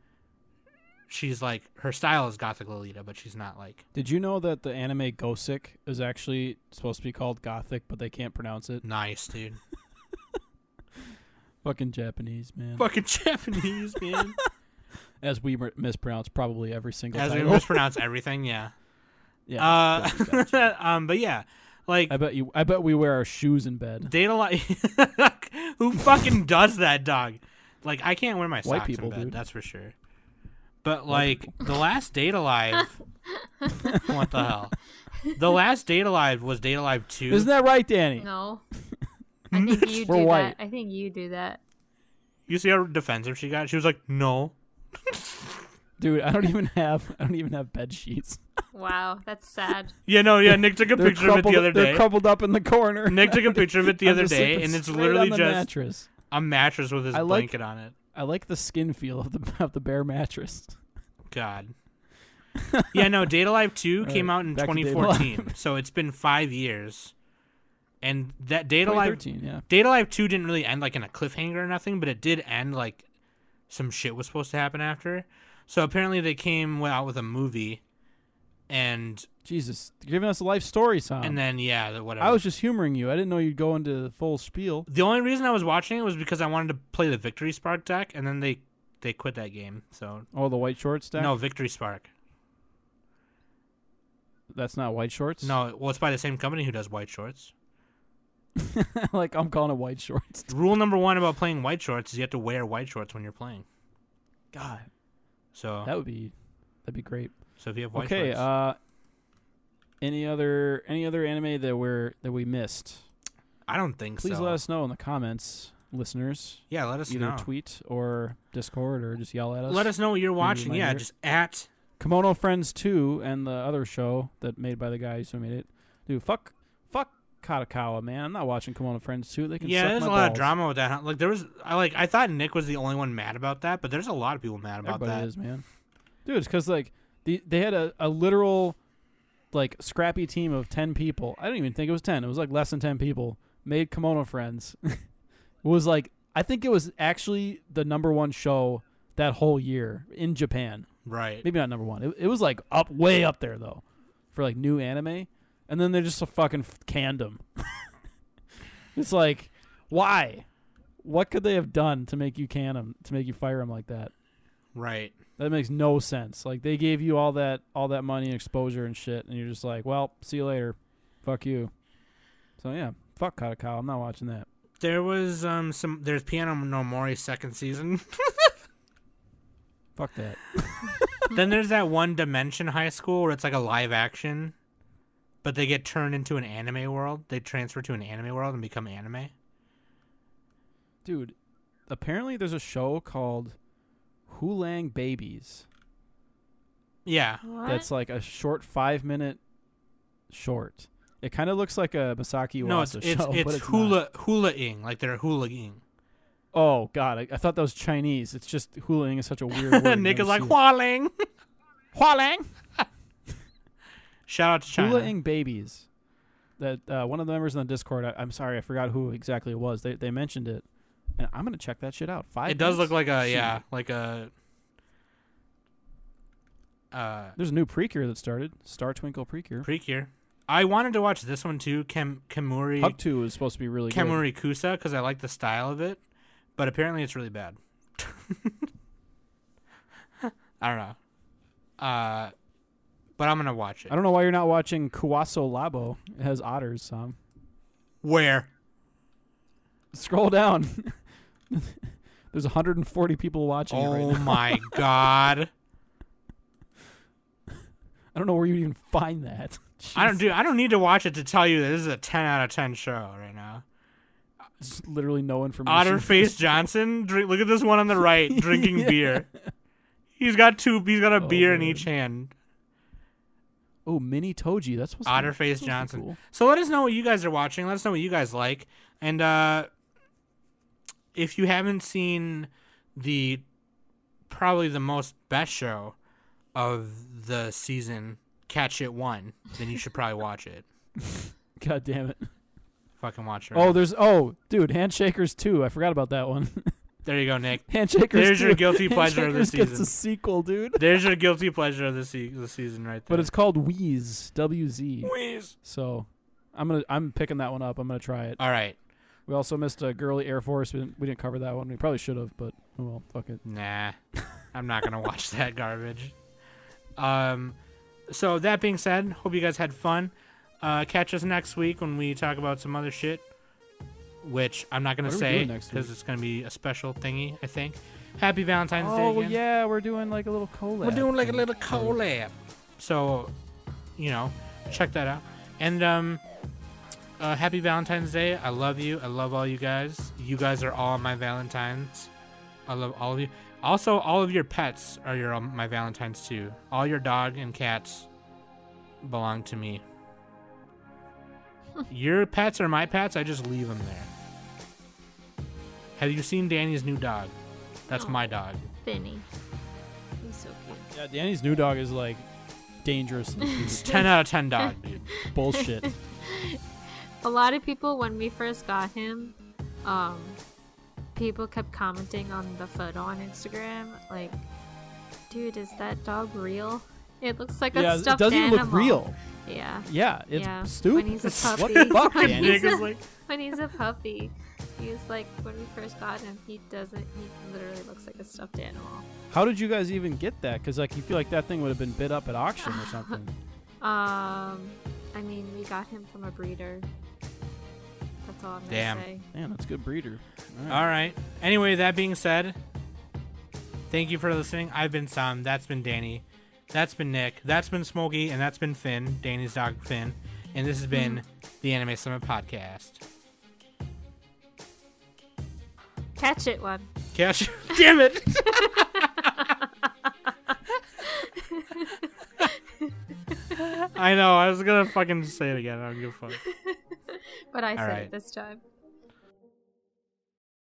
She's like her style is gothic Lolita, but she's not like Did you know that the anime Gosick is actually supposed to be called Gothic, but they can't pronounce it? nice, dude. [LAUGHS] Fucking Japanese, man. Fucking Japanese man. as we m- mispronounce probably every single [LAUGHS] As we title. mispronounce everything, yeah. [LAUGHS] yeah, Uh, gotcha, gotcha. [LAUGHS] um, but yeah, like I bet you. I bet we wear our shoes in bed. data li- [LAUGHS] who fucking does that, dog? Like I can't wear my socks people, in bed, dude. that's for sure. But like the last data live, what the hell? The last data live was data live two. Isn't that right, Danny? [LAUGHS] No. I think you We're do white. that. I think you do that. you see how defensive she got? She was like, "No, Dude, I don't even have. I don't even have bed sheets. Wow, that's [LAUGHS] sad. yeah, no, yeah." Nick took a They're picture of it the crumpled- other They're day. crumpled up in the corner. Nick took a picture of it [LAUGHS] the I'm other just day, sleeping and it's straight literally on the just mattress. a mattress with his I like- blanket on it. I like the skin feel of the [LAUGHS] of the bare mattress. God. [LAUGHS] yeah, no, Data Live 2 Alright, came out in back to Data [LAUGHS] 2014. so it's been 5 years. And that Data Live 2013, yeah. Data Live 2 didn't really end like in a cliffhanger or nothing, but it did end like some shit was supposed to happen after. So apparently they came out with a movie and Jesus, you're giving us a life story, Tom. and uh, then yeah, the, whatever. Um, I was just humoring you. I didn't know you'd go into full spiel. the only reason I was watching it was because I wanted to play the Victory Spark deck and then they they quit that game. So Oh, the white shorts deck. no Victory Spark. that's not white shorts. No, well it's by the same company who does White Shorts. [LAUGHS] like I'm calling it white shorts. Rule number one about playing white shorts is you have to wear white shorts when you're playing. God, So, that would be that'd be great. so if you have white okay. shorts, Uh, any other any other anime that we're that we missed? I don't think Please so. let us know in the comments, listeners. yeah, let us Either know. tweet or Discord or just yell at us. Let us know what you're watching. might Yeah, hear it. just at Kimono Friends 2 and the other show that made by the guys who made it. Dude, fuck fuck Katakawa, man. I'm not watching Kimono Friends 2. They can yeah. suck There's my a lot of balls. drama with that. huh? Like there was, I like I thought Nick was the only one mad about that, but there's a lot of people mad about Everybody that. is, man. Dude, it's cuz like the, they had a, a literal like scrappy team of 10 people. I don't even think it was 10. It was like less than 10 people made Kimono Friends. [LAUGHS] It was like I think it was actually the number 1 show that whole year in Japan. Right. maybe not number one. It, it was like up way up there though, for like new anime. And then they just fucking f- canned them. [LAUGHS] it's like, why? What could they have done to make you can them? To make you fire them like that? Right. That makes no sense. Like they gave you all that all that money and exposure and shit, and you're just like, well, see you later. Fuck you. So yeah, fuck Katakawa. I'm not watching that. There was um some. There's Piano No Mori's second season. Fuck [SIGHS] that. then there's that one Dimension High School where it's like a live action, but they get turned into an anime world. They transfer to an anime world and become anime. Dude, apparently there's a show called Hulang Babies. Yeah. What? that's like a short five minute short. It kind of looks like a Masaki Uwasa No, it's it's, show, [LAUGHS] but it's it's not. hula hula-ing, like they're hula-ing. Oh god, I, I thought that was Chinese. It's just hulaing is such a [LAUGHS] weird word. Nick is like hualing. [LAUGHS] Hualang. Shout out to China. Hulaing babies. That uh, one of the members in the Discord. I, I'm sorry, I forgot who exactly it was. They they mentioned it, and I'm gonna check that shit out. Five. It does look minutes? like a Shit. yeah, like a uh There's a new Precure that started. Star Twinkle Precure. precure. I wanted to watch this one too, Kem Hug Kemuri Two is supposed to be really good. Kemuri Kusa, because I like the style of it, but apparently it's really bad. [LAUGHS] I don't know. Uh, but I'm gonna watch it. I don't know why you're not watching Kuwaso Labo. It has otters. Sam. [LAUGHS] Where? scroll down. [LAUGHS] There's 140 people watching it right Oh now. my [LAUGHS] god. I don't know where you even find that. [LAUGHS] I don't do. I don't need to watch it to tell you that this is a ten out of ten show right now. There's literally no information. [LAUGHS] Otterface Johnson, drink. Look at this one on the right, drinking Yeah. beer. He's got two. He's got a Oh, beer in man. each hand. Oh, mini Toji. That's what's Otterface Johnson. So let us know what you guys are watching. Let us know what you guys like. And uh, if you haven't seen the probably the most best show of the season, Catch It One, then you should probably watch it. God damn it. Fucking watch it. Oh, there's oh, dude, Handshakers 2. I forgot about that one. [LAUGHS] there you go, Nick. Handshakers. There's 2. your [LAUGHS] guilty pleasure of the Handshakers gets season. a sequel, dude. There's your guilty pleasure of the, se- the season right there. But it's called Wheeze, W Z. Wheeze. So, I'm gonna I'm picking that one up. I'm gonna try it. All right. We also missed a girly Air Force. We didn't, we didn't cover that one. We probably should have, but oh well, fuck it. Nah. I'm not gonna watch that garbage. Um, so that being said, hope you guys had fun. Uh, catch us next week when we talk about some other shit, which I'm not gonna What are we say doing next because week? it's gonna be a special thingy. I think. Happy Valentine's Day. Oh again. yeah, we're doing like a little collab. We're doing like a little collab. So, you know, check that out. And um, uh, happy Valentine's Day. I love you. I love all you guys. You guys are all my Valentines. I love all of you. Also, all of your pets are your um, my Valentines too. All your dog and cats belong to me. your pets are my pets. I just leave them there. Have you seen Danny's new dog? That's Oh. my dog. Finny. He's so cute. Yeah, Danny's new dog is like [LAUGHS] dangerous and It's 10 out of 10 dog, dude. bullshit. a lot of people when we first got him um people kept commenting on the photo on instagram like dude is that dog real it looks like a yeah, it stuffed doesn't animal. look real. yeah Yeah, it's yeah. stupid. when he's a what puppy the [LAUGHS] fuck, [LAUGHS] when, Danny? he's a, [LAUGHS] when he's a puppy he was like when we first got him he doesn't he literally looks like a stuffed animal How did you guys even get that? Because like you feel like that thing would have been bid up at auction or something. um i mean we got him from a breeder that's all i'm gonna Damn. say Damn, that's a good breeder. All right. All right. Anyway, that being said, thank you for listening. I've been Sam. That's been Danny. That's been Nick. That's been Smokey. And that's been Finn, Danny's dog Finn. And this has been the Anime Summit Podcast. catch it one Catch. [LAUGHS] Damn it. I know. I was going to fucking say it again. I don't give a fuck. but i said right. it this time